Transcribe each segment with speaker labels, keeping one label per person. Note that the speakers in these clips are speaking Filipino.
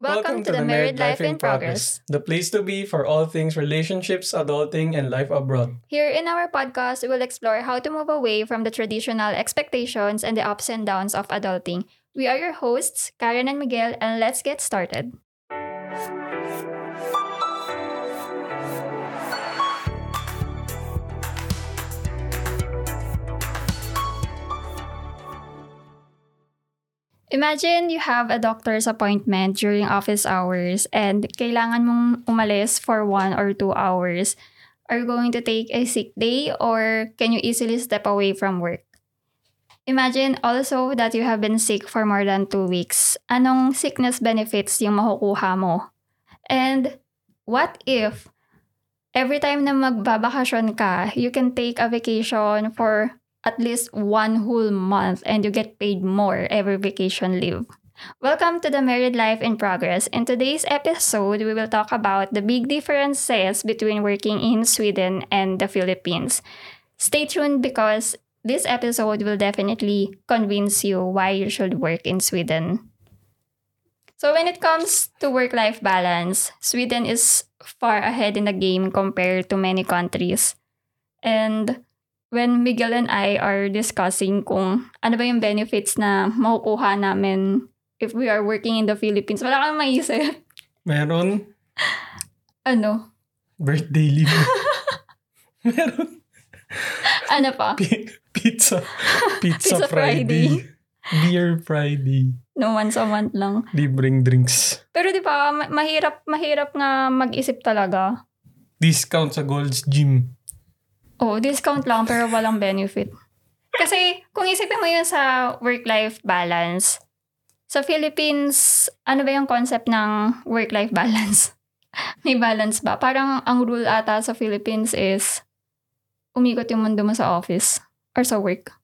Speaker 1: Welcome to the Married Life in Progress.
Speaker 2: the place to be for all things relationships, adulting, and life abroad.
Speaker 1: Here in our podcast, we will explore how to move away from the traditional expectations and the ups and downs of adulting. We are your hosts, Karen and Miguel, and let's get started. Imagine you have a doctor's appointment during office hours and kailangan mong umalis for one or two hours. Are you going to take a sick day or can you easily step away from work? Imagine also that you have been sick for more than two weeks. Anong sickness benefits yung makukuha mo? And what if every time na magbabakasyon ka, you can take a vacation for at least one whole month and you get paid more every vacation leave. Welcome to the Married Life in Progress. In today's episode, we will talk about the big differences between working in Sweden and the Philippines. Stay tuned because this episode will definitely convince you why you should work in Sweden. So, when it comes to work life balance, Sweden is far ahead in the game compared to many countries. And when Miguel and I are discussing kung ano ba yung benefits na makukuha namin if we are working in the Philippines, wala kang maisip.
Speaker 2: Meron
Speaker 1: Ano?
Speaker 2: birthday leave. Meron
Speaker 1: Ano pa?
Speaker 2: pi- pizza. Pizza,
Speaker 1: Pizza
Speaker 2: Friday. Beer Friday.
Speaker 1: No, once a month lang.
Speaker 2: Libreng drinks.
Speaker 1: Pero di ba, ma- mahirap, mahirap nga mag-isip talaga.
Speaker 2: Discount sa Gold's Gym.
Speaker 1: Oh, discount lang pero walang benefit. Kasi kung isipin mo yun sa work-life balance, sa Philippines, ano ba yung concept ng work-life balance? May balance ba? Parang ang rule ata sa Philippines is umikot yung mundo mo sa office or sa work.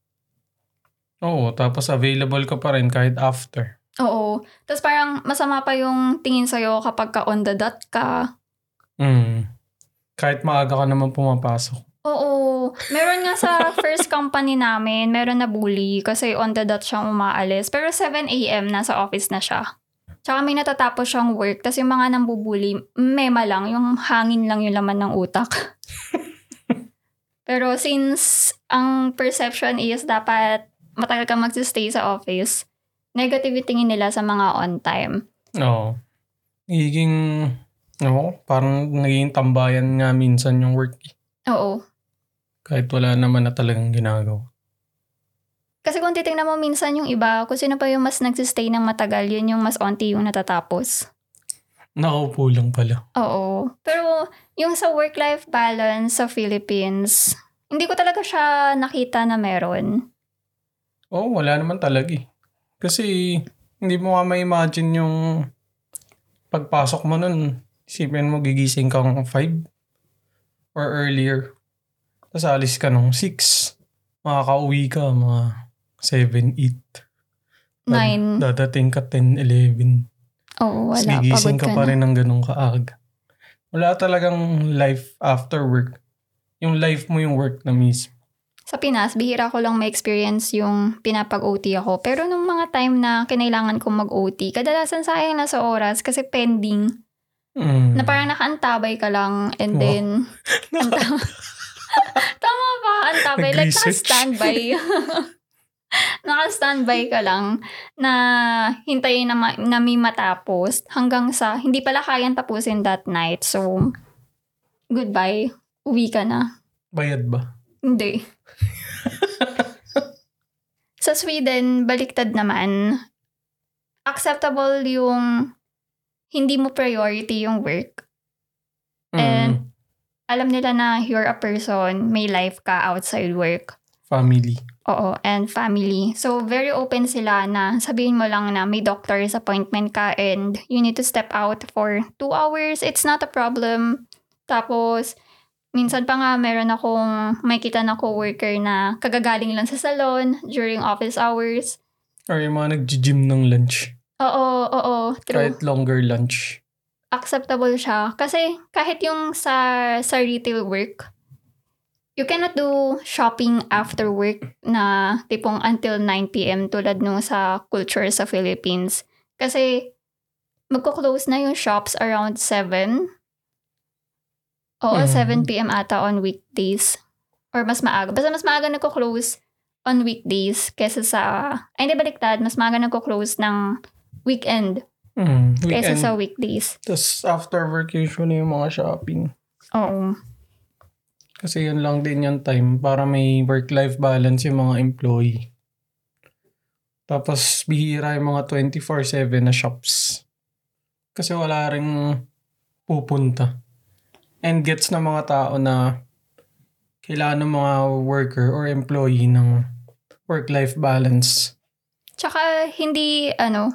Speaker 2: Oo, tapos available ka pa rin kahit after.
Speaker 1: Oo. Tapos parang masama pa yung tingin sa'yo kapag ka on the dot ka.
Speaker 2: Mm. Kahit maaga ka naman pumapasok.
Speaker 1: Oo. Meron nga sa first company namin, meron na bully kasi on the dot siyang umaalis. Pero 7 a.m. nasa office na siya. Tsaka may natatapos siyang work. Tapos yung mga nambubuli, mema lang. Yung hangin lang yung laman ng utak. Pero since ang perception is dapat matagal ka magsistay sa office, negative yung tingin nila sa mga on time.
Speaker 2: Oo. Nagiging, oo, parang naging tambayan nga minsan yung work. eh.
Speaker 1: Oo.
Speaker 2: Kahit wala naman na talagang ginagawa.
Speaker 1: Kasi kung titingnan mo minsan yung iba, kung sino pa yung mas nagsistay ng matagal, yun yung mas onti yung natatapos.
Speaker 2: Nakaupo lang pala.
Speaker 1: Oo. Pero yung sa work-life balance sa Philippines, hindi ko talaga siya nakita na meron.
Speaker 2: Oo, wala naman talaga eh. Kasi, hindi mo nga ma-imagine yung pagpasok mo nun. Isipin mo, gigising kang 5 or earlier. Tapos alis ka nung 6. Makakauwi ka mga 7, 8.
Speaker 1: Nine.
Speaker 2: Dadating ka 10, 11.
Speaker 1: Oo,
Speaker 2: Tapos
Speaker 1: wala.
Speaker 2: gigising
Speaker 1: Pagod
Speaker 2: ka
Speaker 1: ka,
Speaker 2: pa
Speaker 1: na.
Speaker 2: rin ng ganun kaaga. Wala talagang life after work. Yung life mo yung work na mismo.
Speaker 1: Sa Pinas, bihira ko lang ma-experience yung pinapag-OT ako. Pero nung mga time na kinailangan kong mag-OT, kadalasan sayang na sa oras kasi pending.
Speaker 2: Mm.
Speaker 1: Na parang nakaantabay ka lang and
Speaker 2: Wow.
Speaker 1: then... anta- Tama ba? Antabay. Like,
Speaker 2: Nag-research.
Speaker 1: naka-standby. naka-standby ka lang na hintayin na, ma- na may matapos hanggang sa hindi pala kayang tapusin that night. So, goodbye. Uwi ka na.
Speaker 2: Bayad ba?
Speaker 1: Hindi. Sa Sweden, baliktad naman. Acceptable yung hindi mo priority yung work
Speaker 2: Mm.
Speaker 1: And- alam nila na you're a person, may life ka outside work.
Speaker 2: Family.
Speaker 1: Oo, and family. So, very open sila na sabihin mo lang na may doctor's appointment ka and you need to step out for two hours. It's not a problem. Tapos, minsan pa nga meron akong makita na coworker na kagagaling lang sa salon during office hours.
Speaker 2: Or yung mga nag-gym ng lunch.
Speaker 1: Oo, oo, true.
Speaker 2: Kahit longer lunch.
Speaker 1: acceptable siya. Kasi kahit yung sa, sa retail work, you cannot do shopping after work na tipong until 9pm tulad nung sa culture sa Philippines. Kasi magko-close na yung shops around 7. Oo,
Speaker 2: Hmm.
Speaker 1: 7 p.m. ata on weekdays. Or mas maaga. Basta mas maaga nagko-close on weekdays kesa sa... Ay, hindi baliktad. Mas maaga nagko-close ng weekend,
Speaker 2: Mm,
Speaker 1: kesa
Speaker 2: weekend.
Speaker 1: sa weekdays.
Speaker 2: Tapos after work usually yung mga shopping.
Speaker 1: Oo.
Speaker 2: Kasi yun lang din yung time para may work-life balance yung mga employee. Tapos bihira yung mga 24-7 na shops. Kasi wala rin pupunta. And gets ng mga tao na kailangan ng mga worker or employee ng work-life balance.
Speaker 1: Tsaka hindi, ano,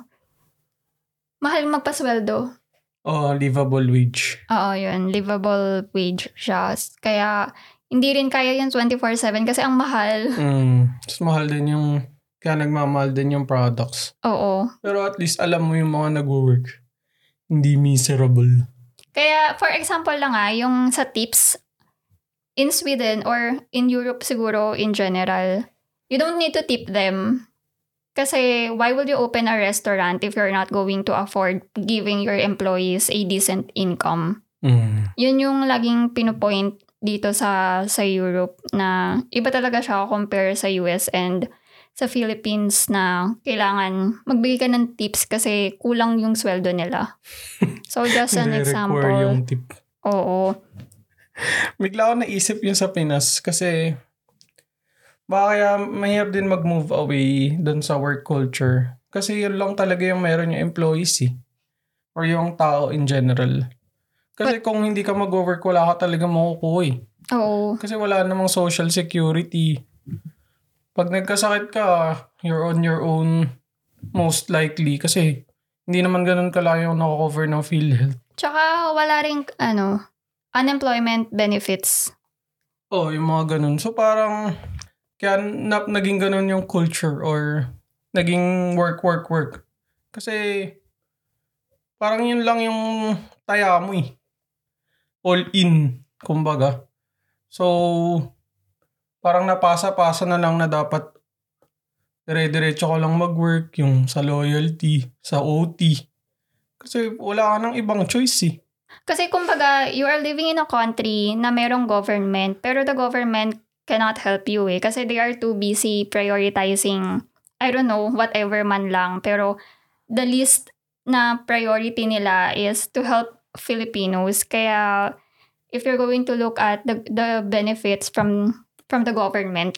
Speaker 1: mahal magpasweldo.
Speaker 2: O livable wage.
Speaker 1: Oo, yun. Livable wage siya. Kaya, hindi rin kaya yung 24-7 kasi ang mahal.
Speaker 2: Mm. Tapos mahal din yung, kaya nagmamahal din yung products.
Speaker 1: Oo.
Speaker 2: Pero at least alam mo yung mga nag-work. Hindi miserable.
Speaker 1: Kaya, for example lang ah, yung sa tips, in Sweden or in Europe siguro in general, you don't need to tip them. Kasi why would you open a restaurant if you're not going to afford giving your employees a decent income?
Speaker 2: Mm.
Speaker 1: Yun yung laging pinupoint dito sa sa Europe na iba talaga siya compare sa US and sa Philippines na kailangan magbigay ka ng tips kasi kulang yung sweldo nila. So just an example.
Speaker 2: Nire-require yung tip.
Speaker 1: Oo.
Speaker 2: Bigla ako naisip yung sa Pinas kasi baka kaya mahirap din mag-move away dun sa work culture. Kasi yun lang talaga yung meron yung employees eh. Or yung tao in general. Kasi kung hindi ka mag-work, wala ka talaga makukuha eh.
Speaker 1: Oo.
Speaker 2: Kasi wala namang social security. Pag nagkasakit ka, you're on your own most likely. Kasi hindi naman ganun kalayo yung nakocover ng PhilHealth.
Speaker 1: Tsaka wala rin, ano, unemployment benefits.
Speaker 2: Oh, yung mga ganun. So parang kaya na, naging ganun yung culture or naging work, work, work. Kasi parang yun lang yung taya mo eh. All in, kumbaga. So, parang napasa-pasa na lang na dapat dire-diretso ko lang mag-work yung sa loyalty, sa OT. Kasi wala ka ng ibang choice eh.
Speaker 1: Kasi kumbaga, you are living in a country na merong government, pero the government cannot help you eh. Kasi they are too busy prioritizing, I don't know, whatever man lang. Pero the least na priority nila is to help Filipinos. Kaya if you're going to look at the, the benefits from from the government,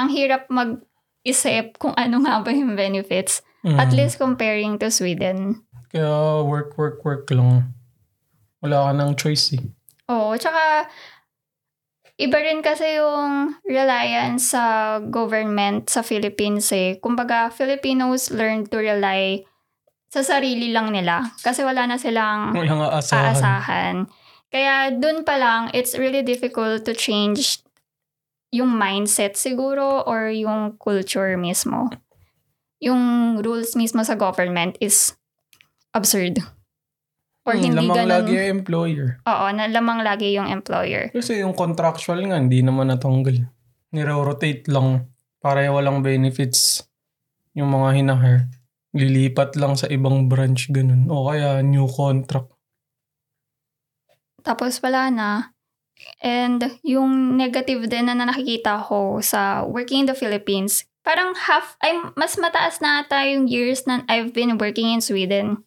Speaker 1: ang hirap mag-isip kung ano nga ba yung benefits. At
Speaker 2: Mm.
Speaker 1: least comparing to Sweden.
Speaker 2: Kaya work, work, work lang. Wala ka ng choice eh.
Speaker 1: Oo, tsaka iba rin kasi yung reliance sa government sa Philippines eh. Kumbaga, Filipinos learn to rely sa sarili lang nila kasi wala na silang
Speaker 2: Wala nga asahan.
Speaker 1: aasahan. Kaya dun pa lang, it's really difficult to change yung mindset siguro or yung culture mismo. Yung rules mismo sa government is absurd. Or
Speaker 2: Hmm,
Speaker 1: hindi
Speaker 2: lamang
Speaker 1: ganun.
Speaker 2: lagi yung employer.
Speaker 1: Oo, na lamang lagi yung employer.
Speaker 2: Kasi yung contractual nga, hindi naman natanggal. Niro-rotate lang para yung walang benefits yung mga hinahire. Lilipat lang sa ibang branch, ganun. O kaya new contract.
Speaker 1: Tapos wala na. And yung negative din na nakikita ko sa working in the Philippines, parang half, ay mas mataas na ata yung years na I've been working in Sweden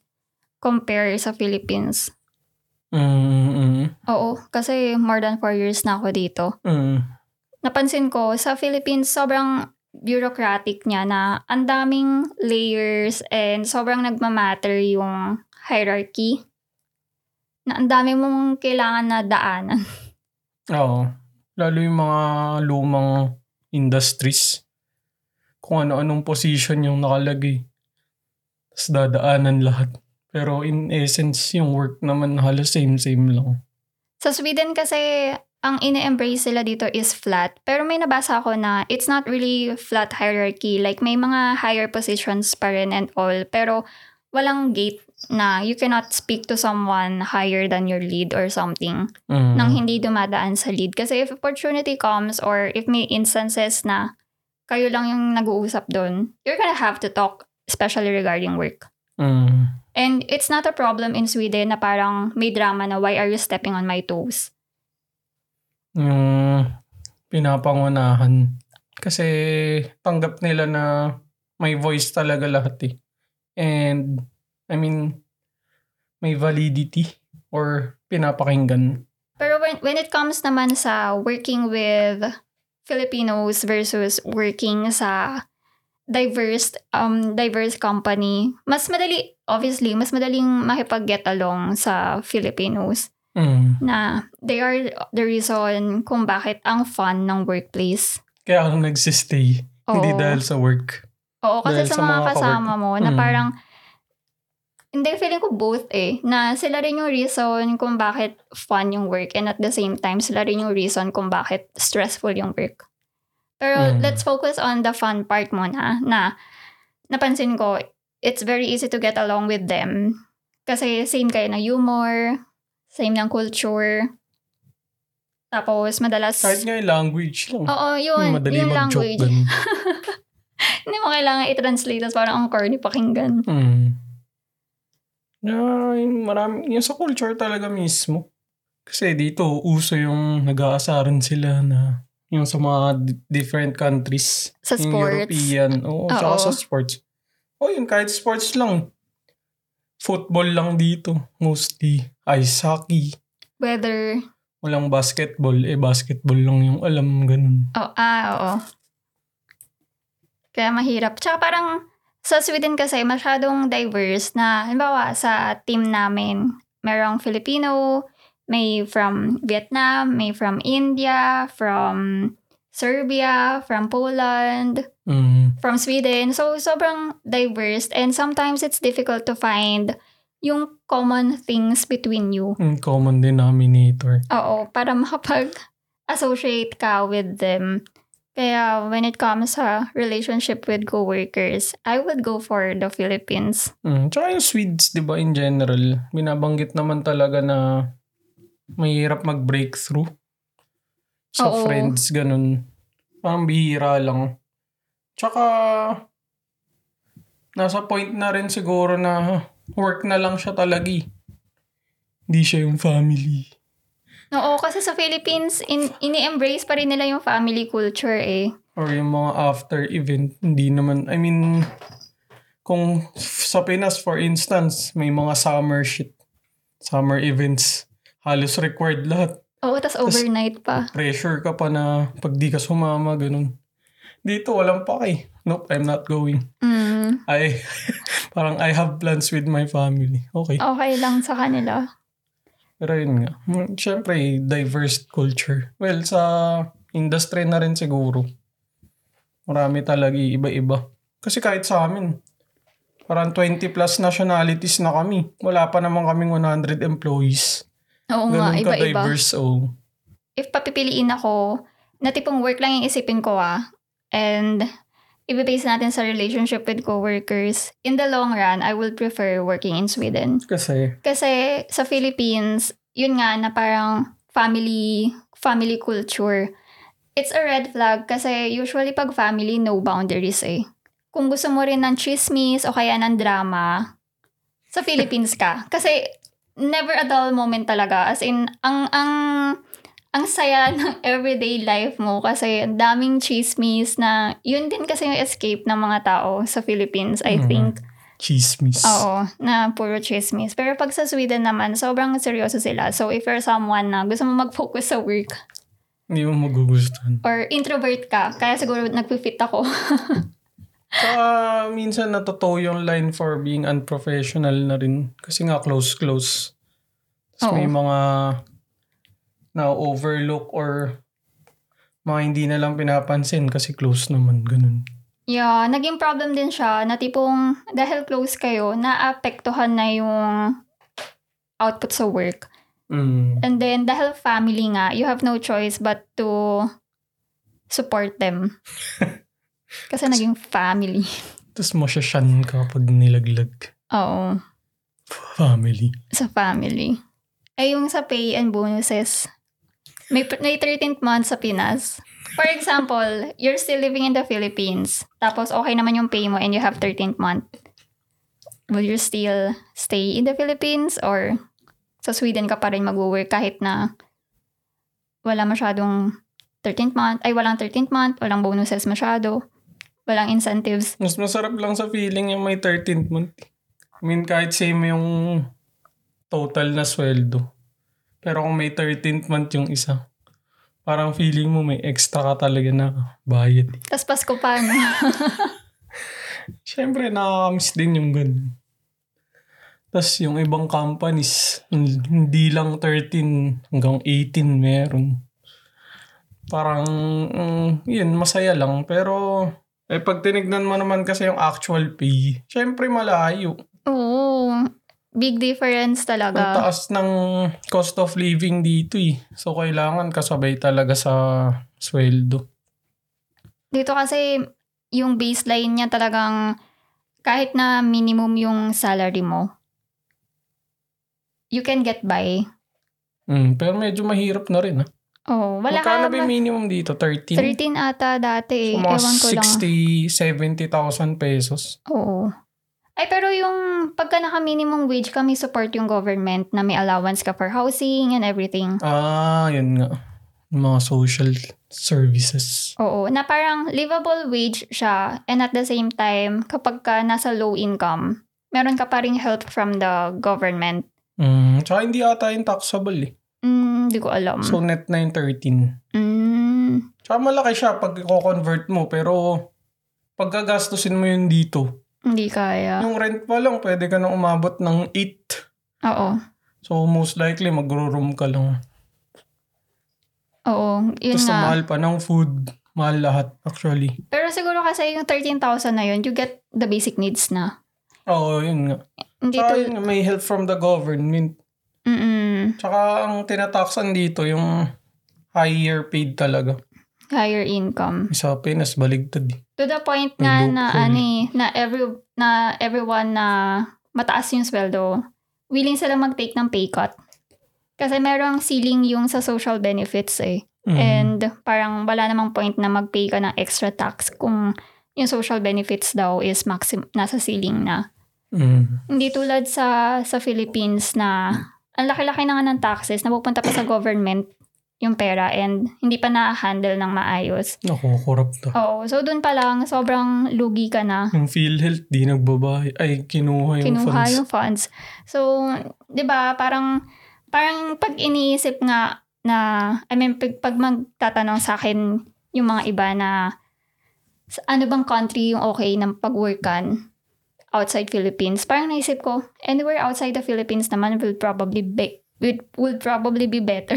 Speaker 1: compare sa Philippines.
Speaker 2: Mm, Mm-mm.
Speaker 1: Oo, kasi more than 4 years na ako dito.
Speaker 2: Mm.
Speaker 1: Napansin ko, sa Philippines, sobrang bureaucratic niya na ang daming layers and sobrang nagmamatter yung hierarchy. Na ang dami mong kailangan na daanan.
Speaker 2: Oo. Lalo yung mga lumang industries. Kung ano-anong position yung nakalagay. Tapos dadaanan lahat. Pero in essence, yung work naman halos same-same lang.
Speaker 1: Sa Sweden kasi, ang ine-embrace sila dito is flat. Pero may nabasa ako na it's not really flat hierarchy. Like, may mga higher positions pa rin and all. Pero walang gate na you cannot speak to someone higher than your lead or something
Speaker 2: Mm.
Speaker 1: nang hindi dumadaan sa lead. Kasi if opportunity comes or if may instances na kayo lang yung nag-uusap doon, you're gonna have to talk, especially regarding work.
Speaker 2: Mm.
Speaker 1: And it's not a problem in Sweden na parang may drama na why are you stepping on my toes?
Speaker 2: Yung pinapangunahan. Kasi tanggap nila na may voice talaga lahat eh. And, I mean, may validity or pinapakinggan.
Speaker 1: Pero when, when it comes naman sa working with Filipinos versus working sa diverse um diverse company, mas madali obviously mas madaling makipag-get along sa Filipinos
Speaker 2: Mm.
Speaker 1: na they are the reason kung bakit ang fun ng workplace.
Speaker 2: Kaya ako nagsistay. Hindi
Speaker 1: Oo.
Speaker 2: dahil sa work.
Speaker 1: Oo, kasi
Speaker 2: Dahil
Speaker 1: sa,
Speaker 2: sa
Speaker 1: mga,
Speaker 2: mga
Speaker 1: kasama mo, na
Speaker 2: Mm.
Speaker 1: parang, hindi, feeling ko both eh, na sila rin yung reason kung bakit fun yung work and at the same time, sila rin yung reason kung bakit stressful yung work. Pero
Speaker 2: Mm.
Speaker 1: let's focus on the fun part muna, na napansin ko, it's very easy to get along with them. Kasi same kayo na humor, same ng culture, tapos madalas...
Speaker 2: Kahit nga yung language lang.
Speaker 1: Oo, yun.
Speaker 2: Madali
Speaker 1: yung
Speaker 2: mag-joke
Speaker 1: language.
Speaker 2: ganun.
Speaker 1: Hindi mo kailangan i-translate as parang ang corny pakinggan.
Speaker 2: Mm. Na, yung, marami, yung sa culture talaga mismo. Kasi dito, uso yung nag-aasaran sila na yung sa mga di- different countries.
Speaker 1: Sa
Speaker 2: Yung
Speaker 1: sports.
Speaker 2: European. Oo, tsaka
Speaker 1: Oo.
Speaker 2: sa sports. O yun, kahit sports lang. Football lang dito. Mostly. Ice hockey.
Speaker 1: Whether,
Speaker 2: Walang basketball. Eh, basketball lang yung alam. Ganun.
Speaker 1: oh, ah, oo. Kaya mahirap. Tsaka parang sa Sweden kasi masyadong diverse na, halimbawa sa team namin, merong Filipino, may from Vietnam, may from India, from Serbia, from Poland,
Speaker 2: Mm.
Speaker 1: from Sweden. So, sobrang diverse and sometimes it's difficult to find yung common things between you.
Speaker 2: Yung common denominator.
Speaker 1: Oo, para makapag-associate ka with them. Kaya when it comes sa relationship with coworkers, I would go for the Philippines.
Speaker 2: Mm, tsaka yung Swedes, di ba, in general, binabanggit naman talaga na mahirap mag-breakthrough sa
Speaker 1: Oo.
Speaker 2: friends, ganun. Parang bihira lang. Tsaka, nasa point na rin siguro na work na lang siya talaga eh. Hindi siya yung family.
Speaker 1: Oo, kasi sa Philippines, in, ini-embrace pa rin nila yung family culture eh.
Speaker 2: Or yung mga after event, hindi naman, I mean, kung sa Pinas, for instance, may mga summer shit, summer events, halos required lahat.
Speaker 1: Oo, tas overnight pa.
Speaker 2: Pressure ka pa na pag di ka sumama, ganun. Dito, walang pake. Nope, I'm not going.
Speaker 1: Mm,
Speaker 2: I, parang I have plans with my family. Okay.
Speaker 1: okay lang sa kanila.
Speaker 2: Pero yun nga. Mm, Siyempre, diverse culture. Well, sa industry na rin siguro. Marami talaga iba-iba. Kasi kahit sa amin, parang 20 plus nationalities na kami. Wala pa naman kaming 100 employees.
Speaker 1: Oo nga,
Speaker 2: Ganun
Speaker 1: iba-iba.
Speaker 2: ka-diverse. Oh.
Speaker 1: If papipiliin ako, na tipong work lang yung isipin ko ah. And ibibase natin sa relationship with coworkers. In the long run, I will prefer working in Sweden.
Speaker 2: Kasi,
Speaker 1: Kasi sa Philippines, yun nga na parang family family culture. It's a red flag kasi usually pag family, no boundaries eh. Kung gusto mo rin ng chismis o kaya ng drama, sa Philippines ka. Kasi never a dull moment talaga. As in, ang, ang, ang saya ng everyday life mo kasi ang daming chismis na yun din kasi yung escape ng mga tao sa Philippines, I
Speaker 2: Mm.
Speaker 1: think.
Speaker 2: chismis.
Speaker 1: Oo, na puro chismis. Pero pag sa Sweden naman, sobrang seryoso sila. So if you're someone na gusto mo mag-focus sa work
Speaker 2: Hindi mo magugustuhan.
Speaker 1: or introvert ka, kaya siguro nagpipit ako.
Speaker 2: Tsaka, minsan natotoo yung line for being unprofessional na rin. Kasi nga, close-close. Tapos may
Speaker 1: Oo.
Speaker 2: mga na-overlook or mga hindi na lang pinapansin kasi close naman. Ganun.
Speaker 1: yeah, naging problem din siya na tipong dahil close kayo, naapektuhan na yung output sa work.
Speaker 2: Mm.
Speaker 1: And then dahil family nga, you have no choice but to support them. Kasi naging family.
Speaker 2: Tapos masyasyan ka pag nilaglag.
Speaker 1: Oo.
Speaker 2: Family.
Speaker 1: sa family. Ay, yung sa pay and bonuses. May, may 13th month sa Pinas. For example, you're still living in the Philippines. Tapos okay naman yung pay mo and you have 13th month. will you still stay in the Philippines or sa Sweden ka pa rin mag-work kahit na wala masyadong 13th month, ay walang 13th month, walang bonuses masyado, walang incentives.
Speaker 2: Mas masarap lang sa feeling yung may 13th month. I mean, kahit same yung total na sweldo. Pero kung may 13th month yung isa, parang feeling mo may extra ka talaga na bayad.
Speaker 1: Tapos Pasko pa, no?
Speaker 2: Siyempre, nakakamiss din yung ganun. Tapos yung ibang companies, hindi lang 13 hanggang 18 meron. Parang, mm, yun, masaya lang. Pero, eh, pag tinignan mo naman kasi yung actual pay, siyempre malayo.
Speaker 1: Oo. Big difference
Speaker 2: Ang
Speaker 1: talaga.
Speaker 2: taas ng cost of living dito eh. So, kailangan kasabay talaga sa sweldo.
Speaker 1: Dito kasi, yung baseline niya talagang kahit na minimum yung salary mo, you can get by.
Speaker 2: Mm, pero medyo mahirap na rin. Ha?
Speaker 1: Oh, wala ka
Speaker 2: Magkano ba yung
Speaker 1: naman.
Speaker 2: minimum dito? 13?
Speaker 1: 13 ata dati eh.
Speaker 2: So, mga
Speaker 1: Ewan ko lang.
Speaker 2: 60, 70,000 pesos.
Speaker 1: Oo. Ay, pero yung pagka naka-minimum wage ka, may support yung government na may allowance ka for housing and everything.
Speaker 2: Ah, yun nga. Yung Mga social services.
Speaker 1: Oo, na parang livable wage siya and at the same time, kapag ka nasa low income, meron ka pa ring help from the government.
Speaker 2: Mm, tsaka hindi ata yung taxable eh.
Speaker 1: Mm, di ko alam.
Speaker 2: So, net na yung 13.
Speaker 1: mm,
Speaker 2: Tsaka malaki siya pag i-convert mo, pero pagkagastusin mo yun dito,
Speaker 1: hindi kaya.
Speaker 2: yung rent pa lang, pwede ka na umabot ng 8.
Speaker 1: Oo.
Speaker 2: So, most likely, magro-room ka lang.
Speaker 1: Oo, yun
Speaker 2: Tapos, ang
Speaker 1: nga.
Speaker 2: mahal pa ng food. Mahal lahat, actually.
Speaker 1: Pero siguro kasi yung 13,000 na yun, you get the basic needs na.
Speaker 2: Oo, yun nga.
Speaker 1: Hindi
Speaker 2: Tsaka
Speaker 1: to,
Speaker 2: yun, may help from the government.
Speaker 1: mm
Speaker 2: Tsaka, ang tinataksan dito, yung higher paid talaga.
Speaker 1: higher income.
Speaker 2: Sa Pinas, baligtad. eh.
Speaker 1: To the point na
Speaker 2: May
Speaker 1: na
Speaker 2: loophole.
Speaker 1: ano eh, na every na everyone na mataas yung sweldo, willing sila mag-take ng pay cut. Kasi merong ceiling yung sa social benefits eh.
Speaker 2: Mm.
Speaker 1: And parang wala namang point na mag-pay ka ng extra tax kung yung social benefits daw is maxim nasa ceiling na.
Speaker 2: Mm.
Speaker 1: Hindi tulad sa sa Philippines na ang laki-laki na nga ng taxes na pupunta pa sa government yung pera and hindi pa na-handle ng maayos.
Speaker 2: Ako, corrupt na.
Speaker 1: Oo. So, dun pa lang, sobrang lugi ka na.
Speaker 2: Yung PhilHealth, di nagbabayad. Ay, kinuha yung
Speaker 1: Kinuha
Speaker 2: funds.
Speaker 1: yung funds. So, di ba, parang, parang pag iniisip nga na, I mean, pag, pag magtatanong sa akin yung mga iba na sa ano bang country yung okay ng pag-workan outside Philippines, parang naisip ko, anywhere outside the Philippines naman will probably be, will, will probably be better.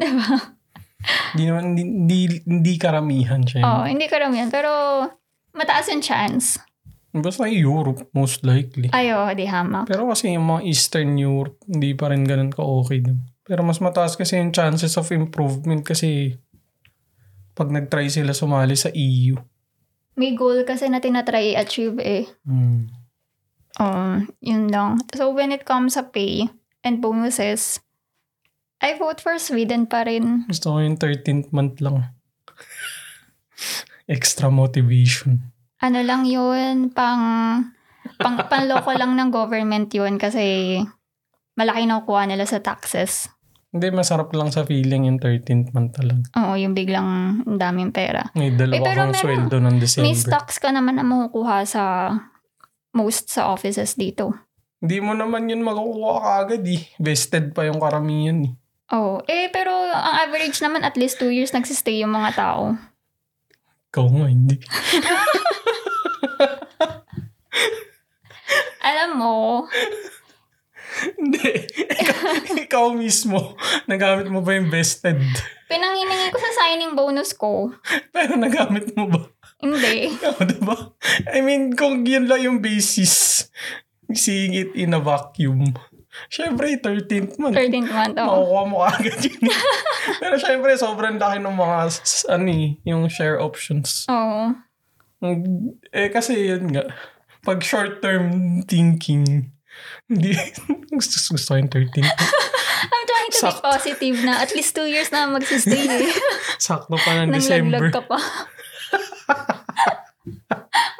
Speaker 1: di ba?
Speaker 2: Di naman, di, di, di karamihan siya.
Speaker 1: Oo, hindi karamihan. Pero, mataas yung chance.
Speaker 2: Basta yung Europe, most likely.
Speaker 1: Ayo, di hamak.
Speaker 2: Pero kasi yung mga Eastern Europe, hindi pa rin ganun ka-okay. din. Pero mas mataas kasi yung chances of improvement kasi pag nag-try sila sumali sa E EU.
Speaker 1: May goal kasi na tinatry i-achieve eh.
Speaker 2: Mm.
Speaker 1: Um, yun lang. So, when it comes sa pay and bonuses, I vote for Sweden pa rin.
Speaker 2: Gusto ko yung 13th month lang. Extra motivation.
Speaker 1: Ano lang yun, pang, pang panloko lang ng government yun kasi malaki na kuha nila sa taxes.
Speaker 2: Hindi, masarap lang sa feeling yung 13th month talaga.
Speaker 1: Oo, yung biglang ang daming pera.
Speaker 2: May
Speaker 1: Eh,
Speaker 2: dalawa
Speaker 1: pero
Speaker 2: kang
Speaker 1: meron-
Speaker 2: sweldo ng December.
Speaker 1: May stocks ka naman na makukuha sa most sa offices dito.
Speaker 2: Hindi mo naman yun makukuha kagad eh. Vested pa yung karamihan eh.
Speaker 1: Oo. Eh, pero ang average naman at least two years nagsistay yung mga tao.
Speaker 2: Ikaw nga, hindi.
Speaker 1: Alam mo,
Speaker 2: hindi. Ikaw, ikaw mismo. Nagamit mo ba yung vested?
Speaker 1: pinanginingi ko sa signing bonus ko.
Speaker 2: Pero nagamit mo ba?
Speaker 1: Hindi.
Speaker 2: Oo, diba? I mean, kung yun lang yung basis, seeing it in a vacuum. Syempre, 13th month.
Speaker 1: 13th month, oo.
Speaker 2: Makukuha mo agad yun. Pero syempre, sobrang laki ng mga, s- s- ano eh, yung share options.
Speaker 1: Oo.
Speaker 2: Mm, Eh, kasi yun nga. Pag short-term thinking, hindi, gusto, gusto ko yung 13.
Speaker 1: I'm trying to be
Speaker 2: Sakto.
Speaker 1: positive na at least two years na magsistay eh.
Speaker 2: Sakto pa ng
Speaker 1: Nang
Speaker 2: December.
Speaker 1: laglag ka pa.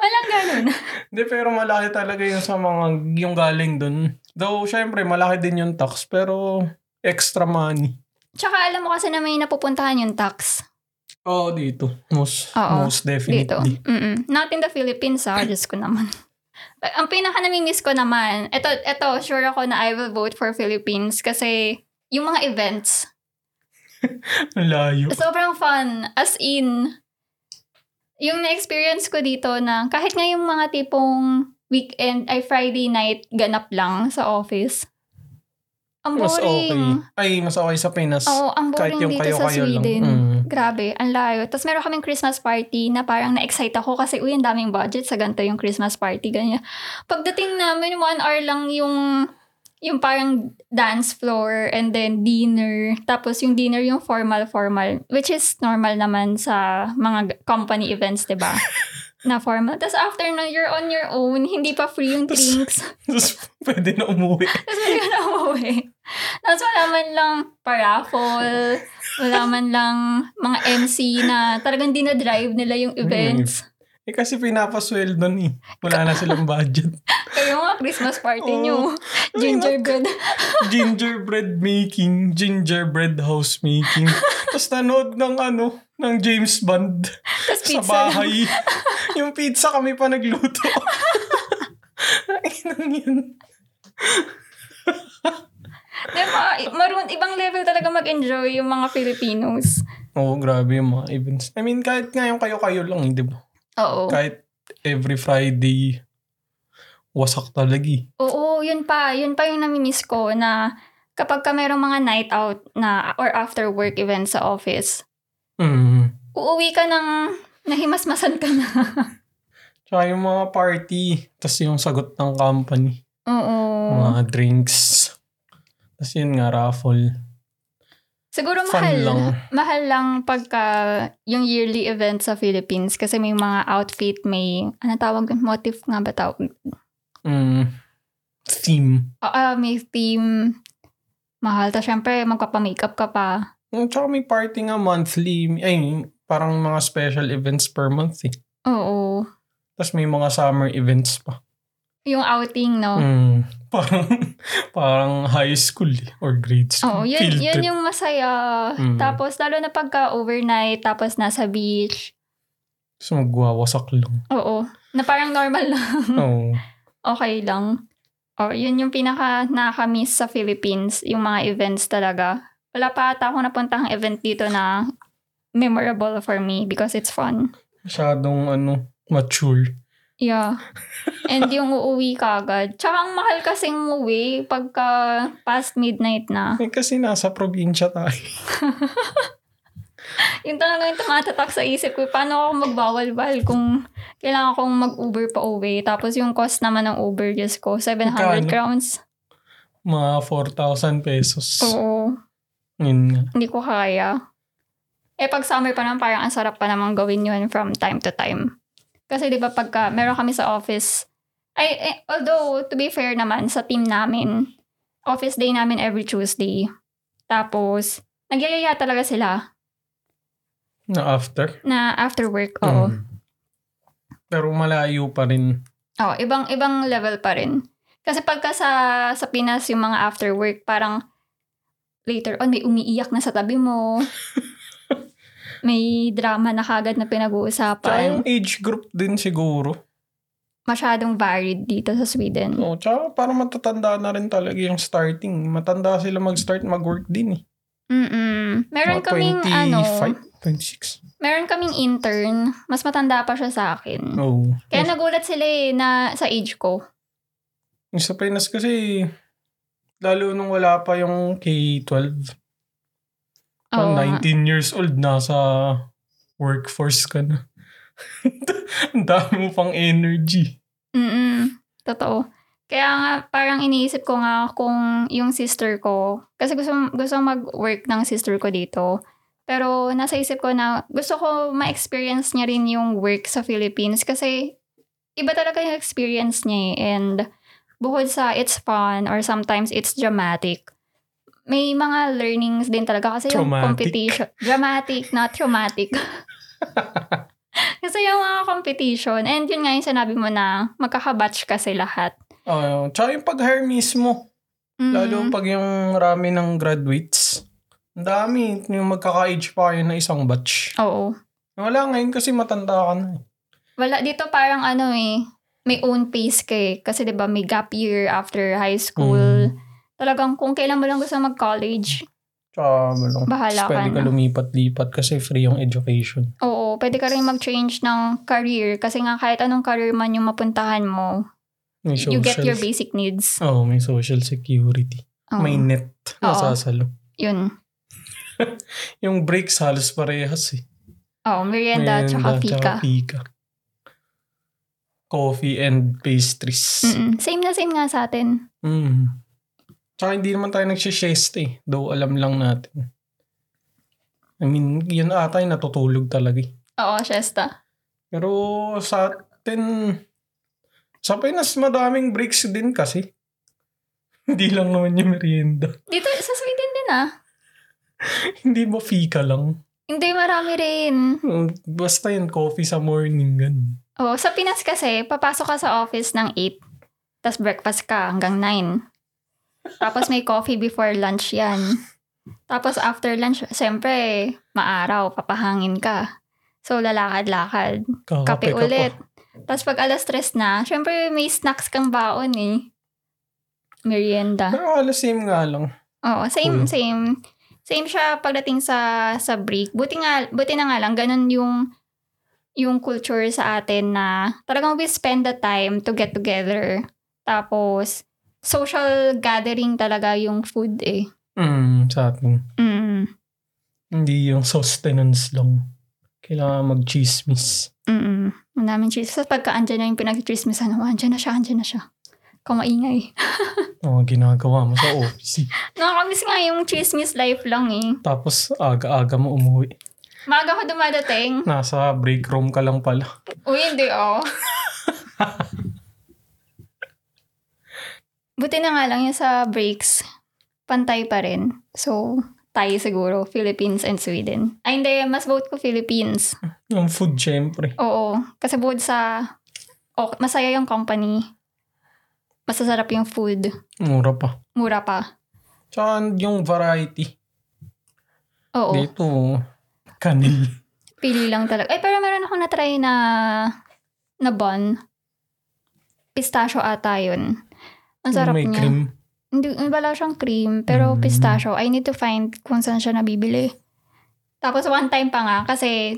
Speaker 1: Walang ganun.
Speaker 2: Hindi, pero malaki talaga yung sa mga yung galing dun. Though, syempre, malaki din yung tax, pero extra money.
Speaker 1: Tsaka alam mo kasi na may napupuntahan yung tax
Speaker 2: Oo, dito. Most,
Speaker 1: Oo,
Speaker 2: most
Speaker 1: dito.
Speaker 2: definitely.
Speaker 1: Mm-mm. Not in the Philippines, ha? Diyos ko naman. But ang pinaka namimiss ko naman, eto, eto, sure ako na I will vote for Philippines kasi yung mga events,
Speaker 2: Ang Layo.
Speaker 1: sobrang fun. As in, yung na-experience ko dito na kahit nga yung mga tipong weekend ay Friday night ganap lang sa office. Ang
Speaker 2: Mas okay.
Speaker 1: boring. ah.
Speaker 2: Ay, mas okay sa Pinas.
Speaker 1: Oo, ang
Speaker 2: kahit
Speaker 1: boring
Speaker 2: yung
Speaker 1: dito sa
Speaker 2: kayo-kayo lang.
Speaker 1: Sweden.
Speaker 2: Mm.
Speaker 1: Grabe, ang layo. Tapos meron kaming Christmas party na parang na-excite ako kasi uy, ang daming budget sa ganito yung Christmas party, ganyan. Pagdating namin, one hour lang yung yung parang dance floor and then dinner. Tapos yung dinner yung formal-formal, which is normal naman sa mga g- company events, di ba? na formal. Tapos after nun, you're on your own. Hindi pa free yung
Speaker 2: Tas-
Speaker 1: drinks.
Speaker 2: Tapos, pwede na umuwi.
Speaker 1: Tapos hindi ka na umuwi. Tapos wala man lang paraffle, wala man lang mga MC na talagang dinadrive nila yung
Speaker 2: Mm.
Speaker 1: events.
Speaker 2: Eh, kasi pinapasweldo ni. Wala na silang budget.
Speaker 1: Kayo mga Christmas party
Speaker 2: Oo.
Speaker 1: nyo, gingerbread.
Speaker 2: gingerbread making, gingerbread house making. Tapos nanood ng ano, ng James Bond
Speaker 1: Tapos
Speaker 2: sa
Speaker 1: pizza lang.
Speaker 2: bahay. yung pizza kami pa nagluto. Ay, nang yun.
Speaker 1: Diba? Marun, ibang level talaga mag-enjoy yung mga Filipinos.
Speaker 2: Oo, grabe yung mga events. I mean, kahit nga yung kayo-kayo lang, eh, di ba?
Speaker 1: Oo.
Speaker 2: Kahit every Friday, wasak talaga eh.
Speaker 1: Oo, yun pa. Yun pa yung namimiss ko na kapag ka merong mga night out na or after work event sa office,
Speaker 2: Mm.
Speaker 1: uuwi ka ng nahimasmasan ka na.
Speaker 2: Tsaka yung mga party, tas yung sagot ng company,
Speaker 1: Oo.
Speaker 2: mga drinks. Tapos yun nga, raffle.
Speaker 1: Siguro
Speaker 2: Fun
Speaker 1: mahal.
Speaker 2: lang.
Speaker 1: Mahal lang pagka yung yearly event sa Philippines kasi may mga outfit, may, ano tawag, yun? motif nga ba tawag?
Speaker 2: Mm. Theme.
Speaker 1: Ah, ah, may theme. Mahal. Tapos syempre, magpapa-makeup ka pa.
Speaker 2: Mm, Tsaka may party nga monthly. Ay, parang mga special events per month eh.
Speaker 1: Oo.
Speaker 2: Tapos may mga summer events pa.
Speaker 1: Yung outing, no?
Speaker 2: Mm, parang parang high school eh, or grade
Speaker 1: Oo,
Speaker 2: school.
Speaker 1: yun,
Speaker 2: field
Speaker 1: yun
Speaker 2: trip.
Speaker 1: yung masaya.
Speaker 2: Mm.
Speaker 1: Tapos, lalo na pagka overnight, tapos nasa beach.
Speaker 2: Tapos magwawasak lang.
Speaker 1: Oo. Na parang normal lang.
Speaker 2: Oo.
Speaker 1: Okay lang. O, yun yung pinaka nakaka-miss sa Philippines, yung mga events talaga. Wala pa ata akong napuntahang event dito na memorable for me because it's fun.
Speaker 2: Masyadong ano, mature.
Speaker 1: Yeah. And yung uuwi ka agad. Tsaka ang mahal kasing umuwi pagka past midnight na.
Speaker 2: Eh, kasi nasa probinsya tayo.
Speaker 1: Yung talaga yung tumatatak sa isip ko, paano ako magbawal-bawal kung kailangan kong mag-Uber pa uwi. Tapos yung cost naman ng Uber, Diyos ko, 700
Speaker 2: Magkano?
Speaker 1: crowns.
Speaker 2: Mga 4,000 pesos.
Speaker 1: Oo.
Speaker 2: Yun nga.
Speaker 1: Hindi ko kaya. Eh, pag summer pa naman, parang ang sarap pa naman gawin yun from time to time. Kasi di ba pagka meron kami sa office, ay, eh, although to be fair naman, sa team namin, office day namin every Tuesday. Tapos, nagyayaya talaga sila
Speaker 2: Na after.
Speaker 1: na after work, oo.
Speaker 2: Mm. Pero malayo pa rin.
Speaker 1: Oo, ibang, ibang level pa rin. Kasi pagka sa, sa Pinas, yung mga after work, parang later on, may umiiyak na sa tabi mo. may drama na kagad na
Speaker 2: Tsaka
Speaker 1: pinag-uusapan.
Speaker 2: yung age group din siguro.
Speaker 1: masyadong varied dito sa Sweden.
Speaker 2: Oo, tsaka parang matatanda na rin talaga yung starting. Matanda sila mag-start mag-work din eh.
Speaker 1: Mm-mm. Meron
Speaker 2: Mga
Speaker 1: kaming ano,
Speaker 2: 25, 26.
Speaker 1: meron kaming intern, mas matanda pa siya sa akin.
Speaker 2: Oo.
Speaker 1: Kaya nagulat sila eh na sa age ko.
Speaker 2: Yung sa Pinas kasi, lalo nung wala pa yung K-12,
Speaker 1: Oo
Speaker 2: oh,
Speaker 1: nga.
Speaker 2: 19 years old, nasa workforce ka na. Ang dami mo pang energy.
Speaker 1: Mm-mm. Totoo. Kaya nga, parang iniisip ko nga kung yung sister ko, kasi gusto, gusto mag-work ng sister ko dito. Pero nasa isip ko na gusto ko ma-experience niya rin yung work sa Philippines kasi iba talaga yung experience niya eh. And bukod sa it's fun or sometimes it's dramatic, may mga learnings din talaga kasi yung
Speaker 2: Traumatic.
Speaker 1: competition. Dramatic, not traumatic. kasi Masaya ang mga competition. And yun nga yung sinabi mo na magkakabatch kasi lahat.
Speaker 2: Oh, tsaka yung pag-hire mismo.
Speaker 1: Mm.
Speaker 2: Lalo pag yung rami ng graduates. Ang dami. Yung magkaka-age pa kayo na isang batch.
Speaker 1: Oo.
Speaker 2: Wala ngayon kasi matanda ka na. eh.
Speaker 1: Wala, dito parang ano eh, may own pace ka eh. Kasi 'di ba may gap year after high school. Talagang kung kailan mo lang gusto mag-college,
Speaker 2: Tsaka walang
Speaker 1: Bahala ka
Speaker 2: pwede ka
Speaker 1: na.
Speaker 2: lumipat-lipat kasi free yung education.
Speaker 1: oo, pwede ka rin mag-change ng career. Kasi nga kahit anong career man yung mapuntahan mo,
Speaker 2: May social.
Speaker 1: you get your basic needs.
Speaker 2: Oh, may social security.
Speaker 1: Oo,
Speaker 2: May net na
Speaker 1: Oo.
Speaker 2: sasalo.
Speaker 1: Yun.
Speaker 2: Yung breaks halos parehas eh.
Speaker 1: Oo, merienda, tsaka fika.
Speaker 2: Merienda, fika. Coffee and pastries.
Speaker 1: Mm-mm. Same na same nga sa atin.
Speaker 2: Mm. Tsaka hindi naman tayo nagsishest eh. Though alam lang natin. I mean, yan ata yung natutulog talaga eh.
Speaker 1: Oo, siesta.
Speaker 2: Pero sa atin, sa Pinas madaming breaks din kasi. Hindi lang naman yung merienda.
Speaker 1: Dito, sa Sweden din ah.
Speaker 2: Hindi ba fika lang?
Speaker 1: Hindi, marami rin.
Speaker 2: Mm, Basta yun, coffee sa morning, ganun.
Speaker 1: Oo, sa Pinas kasi, papasok ka sa office ng 8, tapos breakfast ka hanggang 9. Tapos may coffee before lunch yan. Tapos after lunch, siyempre, maaraw, papahangin ka. So, lalakad-lakad. Kape
Speaker 2: Kakape ka
Speaker 1: ulit.
Speaker 2: pa.
Speaker 1: Tapos pag alas stress na, siyempre may snacks kang baon eh. Merienda.
Speaker 2: Pero alas same nga lang.
Speaker 1: Oo, same,
Speaker 2: Cool.
Speaker 1: same. Same siya pagdating sa sa break. Buti nga, buti na nga lang, ganun yung yung culture sa atin na talagang we spend the time to get together. Tapos, social gathering talaga yung food eh.
Speaker 2: Mm, sa atin.
Speaker 1: Mm,
Speaker 2: Hindi yung sustenance lang. Kailangan mag-chismis.
Speaker 1: mm, Ang daming cheese. Tapos pagka andyan na yung pinag-chismisan, oh, andyan na siya, andyan na siya. Kumaingay.
Speaker 2: Mga ginagawa mo sa office. eh.
Speaker 1: Nakakamiss nga yung chismis life lang eh.
Speaker 2: Tapos aga-aga mo umuwi.
Speaker 1: Maga ko dumadating.
Speaker 2: Nasa break room ka lang pala.
Speaker 1: Uy, hindi oh. Buti na nga lang yung sa breaks, pantay pa rin. So, tayo siguro, Philippines and Sweden. Ay, hindi, mas vote ko Philippines.
Speaker 2: Yung food, syempre.
Speaker 1: Oo, kasi bukod sa, oh, masaya yung company. Masasarap yung food.
Speaker 2: Mura pa.
Speaker 1: Mura pa.
Speaker 2: Tsaka yung variety.
Speaker 1: Oo,
Speaker 2: Dito, kanil.
Speaker 1: pili lang talaga. Ay, pero meron akong natry na, na bun. Pistachio ata yun. Ang sarap
Speaker 2: May
Speaker 1: niya.
Speaker 2: cream.
Speaker 1: Hindi, eh, wala siyang cream, pero
Speaker 2: Mm.
Speaker 1: pistachio. I need to find kung saan siya nabibili. Tapos one time pa nga, kasi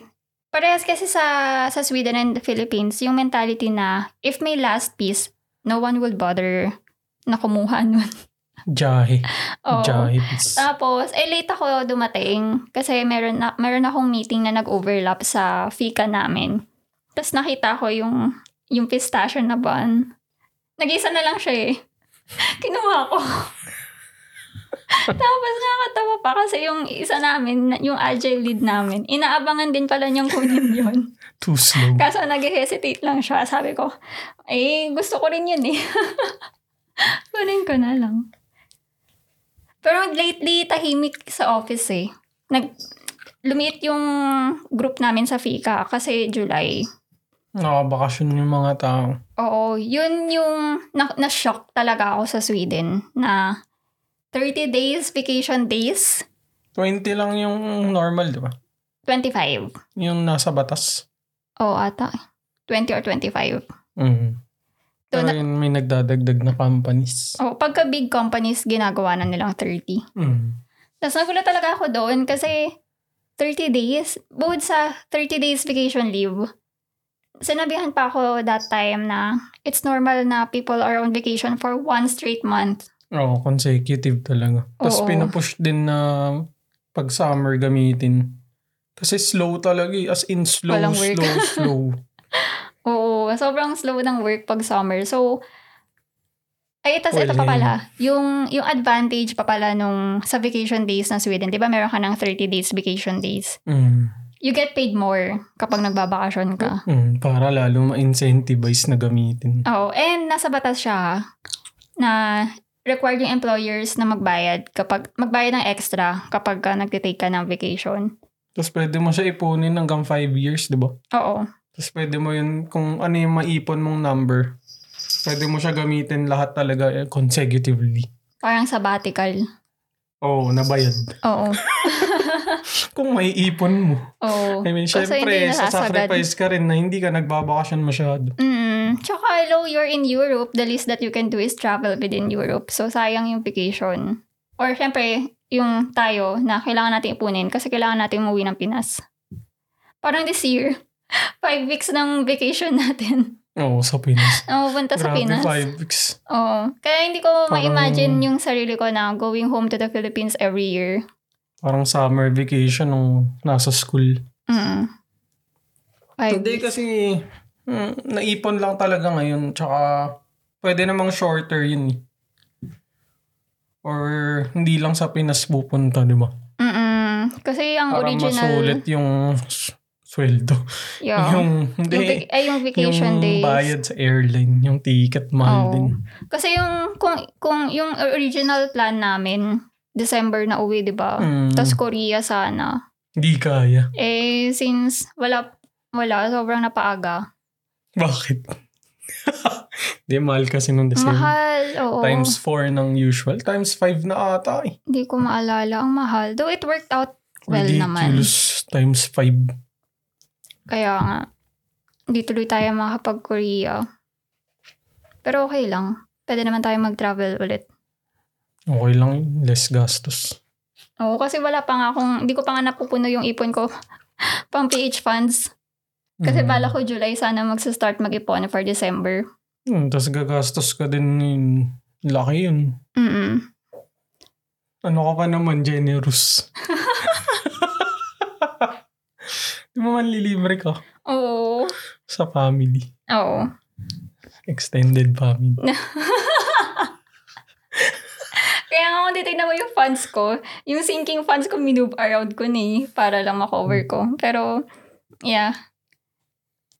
Speaker 1: parehas kasi sa, sa Sweden and the Philippines, yung mentality na if may last piece, no one will bother na kumuha nun.
Speaker 2: Jahe.
Speaker 1: Oo.
Speaker 2: Jahe piece.
Speaker 1: Tapos, eh late ako dumating kasi meron, na, meron akong meeting na nag-overlap sa fika namin. Tapos nakita ko yung, yung pistachio na bun. Nag-isa na lang siya eh. Kinuha ko. Tapos nakakatawa pa kasi yung isa namin, yung agile lead namin, inaabangan din pala niyang kunin yun.
Speaker 2: Too slow.
Speaker 1: Kaso nag-hesitate lang siya. Sabi ko, eh, gusto ko rin yun eh. Kunin ko na lang. Pero lately, tahimik sa office eh. Nag, lumiit yung group namin sa Fika kasi July.
Speaker 2: Nakabakasyon yung mga tao.
Speaker 1: Oo, yun yung na- na-shock talaga ako sa Sweden na 30 days vacation days,
Speaker 2: 20 lang yung normal, di ba?
Speaker 1: 25.
Speaker 2: Yung nasa batas.
Speaker 1: Oo, ata. 20 or 25.
Speaker 2: Mm.
Speaker 1: So,
Speaker 2: Pero
Speaker 1: na-
Speaker 2: yun, may nagdadagdag na companies.
Speaker 1: oh, pagka big companies, ginagawa na nilang 30.
Speaker 2: Mm.
Speaker 1: Tapos nagulat talaga ako doon kasi 30 days, bukod sa 30 days vacation leave, sinabihan pa ako that time na it's normal na people are on vacation for one straight month.
Speaker 2: Oo, consecutive talaga.
Speaker 1: Oo.
Speaker 2: Tapos pinupush din na pag summer gamitin. Kasi slow talaga eh. As in slow,
Speaker 1: Walang work.
Speaker 2: slow, slow.
Speaker 1: Oo, sobrang slow ng work pag summer. So, ay, tas ito pa
Speaker 2: Well, eh.
Speaker 1: pala. Yung, yung advantage pa pala nung sa vacation days ng Sweden, di ba meron ka ng 30 days vacation days?
Speaker 2: Mm.
Speaker 1: You get paid more kapag nagbabakasyon ka.
Speaker 2: Mm, para lalo ma-incentivize na gamitin.
Speaker 1: Oo, Oh, and nasa batas siya na required yung employers na magbayad kapag magbayad ng extra kapag ka nagtitake ka ng vacation.
Speaker 2: Tapos pwede mo siya ipunin hanggang 5 years, di ba?
Speaker 1: Oo.
Speaker 2: Tapos pwede mo yun, kung ano yung maipon mong number, pwede mo siya gamitin lahat talaga eh, consecutively.
Speaker 1: Parang sabbatical.
Speaker 2: Oo, oh, nabayad.
Speaker 1: Oo.
Speaker 2: Kung maiipon mo.
Speaker 1: Oo.
Speaker 2: I mean,
Speaker 1: Kaso hindi
Speaker 2: syempre,
Speaker 1: nasasagad.
Speaker 2: sasacrifice ka rin na hindi ka nagbabakasyon masyado.
Speaker 1: Mm. Tsaka, hello, you're in Europe. The least that you can do is travel within Europe. So, sayang yung vacation. Or, syempre, yung tayo na kailangan natin ipunin kasi kailangan natin umuwi ng Pinas. Parang this year, five weeks ng vacation natin.
Speaker 2: Oo, sa Pinas.
Speaker 1: Napupunta sa
Speaker 2: Grabe,
Speaker 1: Pinas.
Speaker 2: five weeks.
Speaker 1: Oo. Kaya hindi ko
Speaker 2: Parang-
Speaker 1: ma-imagine yung sarili ko na going home to the Philippines every year.
Speaker 2: Parang summer vacation nung nasa school.
Speaker 1: Mm. Five
Speaker 2: Hindi
Speaker 1: weeks.
Speaker 2: kasi mm, naipon lang talaga ngayon. Tsaka pwede namang shorter yun eh. Or hindi lang sa Pinas pupunta, di ba?
Speaker 1: Mm-mm. Kasi ang
Speaker 2: Para
Speaker 1: original...
Speaker 2: masulit yung s- sweldo.
Speaker 1: Yeah.
Speaker 2: yung,
Speaker 1: Yung,
Speaker 2: hindi,
Speaker 1: vac- ay, yung
Speaker 2: yung,
Speaker 1: vacation days.
Speaker 2: bayad sa airline, yung ticket, mahal
Speaker 1: Oo.
Speaker 2: din.
Speaker 1: Kasi yung kung kung yung original plan namin December na uwi, 'di ba?
Speaker 2: Mm,
Speaker 1: Tapos Korea sana.
Speaker 2: Hindi kaya.
Speaker 1: Eh since wala wala sobrang napaaga.
Speaker 2: Bakit? Hindi, mahal kasi nung December.
Speaker 1: Mahal, oo.
Speaker 2: Times 4 ng usual. Times 5 na ata eh.
Speaker 1: Hindi ko maalala ang mahal. Though it worked out well naman.
Speaker 2: Ridiculous. Times 5.
Speaker 1: Kaya nga hindi tuloy tayo makakapag-Korea. Pero okay lang. Pwede naman tayo mag-travel ulit.
Speaker 2: Okay lang yun. Less gastos.
Speaker 1: Oo, kasi wala pa nga akong, hindi ko pa nga napupuno yung ipon ko pang PH funds. Kasi
Speaker 2: Mm.
Speaker 1: bala ko July sana magsa-start mag-ipon for December.
Speaker 2: Mm, Tapos gagastos ka din yun. Laki yun.
Speaker 1: Mm-mm.
Speaker 2: Ano ka pa naman, generous. Di mo man lilibre ka
Speaker 1: Oo.
Speaker 2: sa family.
Speaker 1: Oo.
Speaker 2: Extended family.
Speaker 1: Kaya nga kung titignan mo yung funds ko, yung sinking funds ko, minove around ko ni para lang makover ko. Pero, yeah.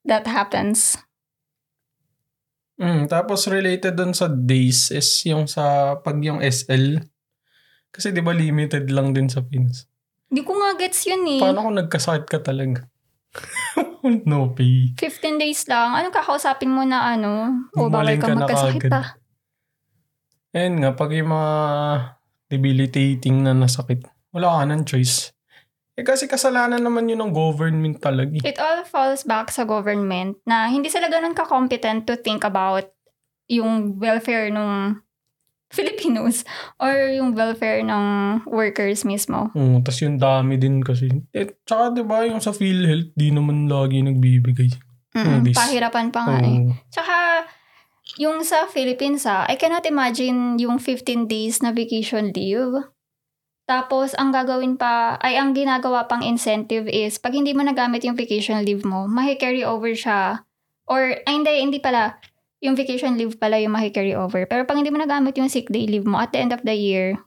Speaker 1: That happens.
Speaker 2: Mm, tapos related dun sa days is yung sa pag yung SL. Kasi di ba limited lang din sa pins.
Speaker 1: Hindi ko nga gets yun eh.
Speaker 2: Paano kung nagkasakit ka talaga? no pay.
Speaker 1: 15 days lang. Anong kakausapin mo na ano? O bawal
Speaker 2: Gumaling
Speaker 1: kang
Speaker 2: ka na
Speaker 1: magkasakit
Speaker 2: kaagad.
Speaker 1: pa.
Speaker 2: Ayun nga, pag yung mga debilitating na nasakit, wala ka ng choice. Eh kasi kasalanan naman yun ng government talaga. eh.
Speaker 1: It all falls back sa government na hindi sila ganun ka-competent to think about yung welfare ng Filipinos or yung welfare ng workers mismo.
Speaker 2: Oo, tas yung dami din kasi. Eh, tsaka diba yung sa PhilHealth, di naman lagi nagbibigay.
Speaker 1: Mm,
Speaker 2: Nowadays.
Speaker 1: pahirapan pa nga eh.
Speaker 2: Oo.
Speaker 1: Tsaka, yung sa Philippines ah, I cannot imagine yung 15 days na vacation leave. Tapos, ang gagawin pa, ay ang ginagawa pang incentive is, pag hindi mo nagamit yung vacation leave mo, makikarry over siya. Or, ay hindi, hindi pala. Yung vacation leave pala yung makikarry over. Pero pag hindi mo nagamit yung sick day leave mo, at the end of the year,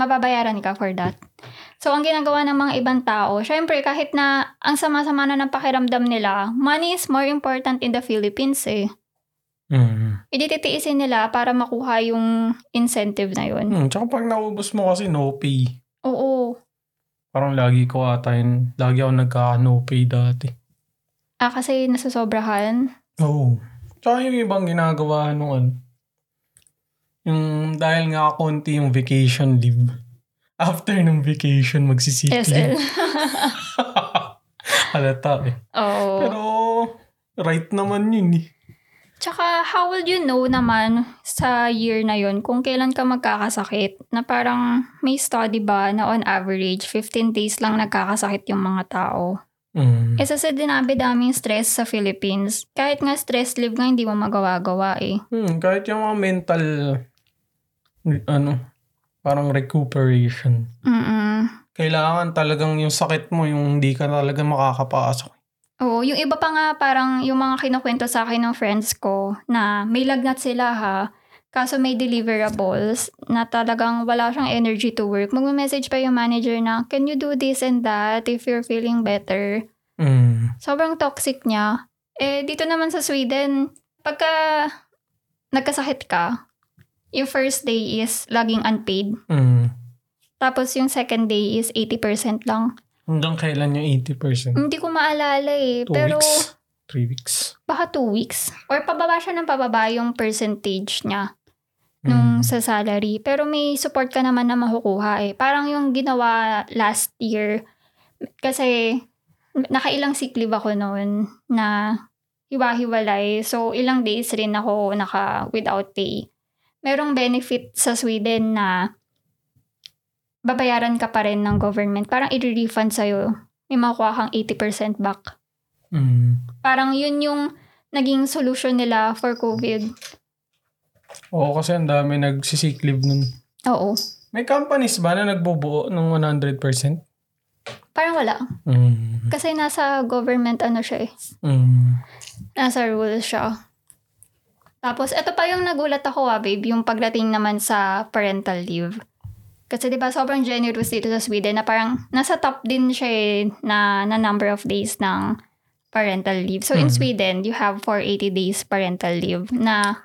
Speaker 1: mababayaran ka for that. So, ang ginagawa ng mga ibang tao, syempre, kahit na ang sama-sama na ng pakiramdam nila, money is more important in the Philippines eh.
Speaker 2: Mm.
Speaker 1: Hindi titiisin nila para makuha yung incentive na yun.
Speaker 2: Mm, Tsaka pag naubos mo kasi no pay.
Speaker 1: Oo.
Speaker 2: Parang lagi ko ata yun. Lagi ako nagka-no pay dati.
Speaker 1: Ah, kasi nasusobrahan.
Speaker 2: Oo. Tsaka yung ibang ginagawa nung ano. Yung dahil nga konti yung vacation leave. After ng vacation, magsisip
Speaker 1: SL.
Speaker 2: Halata eh.
Speaker 1: Oo.
Speaker 2: Pero, right naman yun eh.
Speaker 1: Tsaka, how will you know naman sa year na yon kung kailan ka magkakasakit? Na parang may study ba na on average, 15 days lang nagkakasakit yung mga tao.
Speaker 2: Mm.
Speaker 1: Isa sa dinabi-daming stress sa Philippines, kahit nga stress leave nga hindi mo magawa-gawa eh.
Speaker 2: Hmm, kahit yung mga mental, ano, parang recuperation.
Speaker 1: Mm-mm.
Speaker 2: Kailangan talagang yung sakit mo, yung hindi ka talaga makakapasok.
Speaker 1: Oo, yung iba pa nga parang yung mga kinukwento sa akin ng friends ko na may lagnat sila ha, kaso may deliverables na talagang wala siyang energy to work. Magme-message pa yung manager na, can you do this and that if you're feeling better?
Speaker 2: Mm.
Speaker 1: Sobrang toxic niya. Eh, dito naman sa Sweden, pagka nagkasakit ka, yung first day is laging unpaid.
Speaker 2: Mm.
Speaker 1: Tapos yung second day is 80% lang.
Speaker 2: Hanggang kailan yung 80%?
Speaker 1: Hindi ko maalala eh.
Speaker 2: Two
Speaker 1: pero
Speaker 2: weeks? Three weeks.
Speaker 1: Baka two weeks. Or pababa siya ng pababa yung percentage niya nung
Speaker 2: Mm.
Speaker 1: sa salary. Pero may support ka naman na makukuha eh. Parang yung ginawa last year, kasi nakailang sick leave ako noon na hiwa-hiwalay. So, ilang days rin ako naka without pay. Merong benefit sa Sweden na babayaran ka pa rin ng government. Parang i-refund sa'yo. May makukuha kang 80% back
Speaker 2: Mm.
Speaker 1: parang yun yung naging solution nila for COVID.
Speaker 2: Oo, kasi ang dami nagsisick leave nun.
Speaker 1: Oo.
Speaker 2: May companies ba na nagbubuo ng 100%?
Speaker 1: Parang wala.
Speaker 2: Mm.
Speaker 1: Kasi nasa government ano siya eh.
Speaker 2: Mm.
Speaker 1: Nasa rules Ah, siya. Tapos, ito pa yung nagulat ako ah, babe. Yung pagdating naman sa parental leave. Kasi 'di ba sobrang generous dito sa Sweden na parang nasa top din siya eh, na, na number of days ng parental leave. So in
Speaker 2: Hmm.
Speaker 1: Sweden, you have for 80 days parental leave na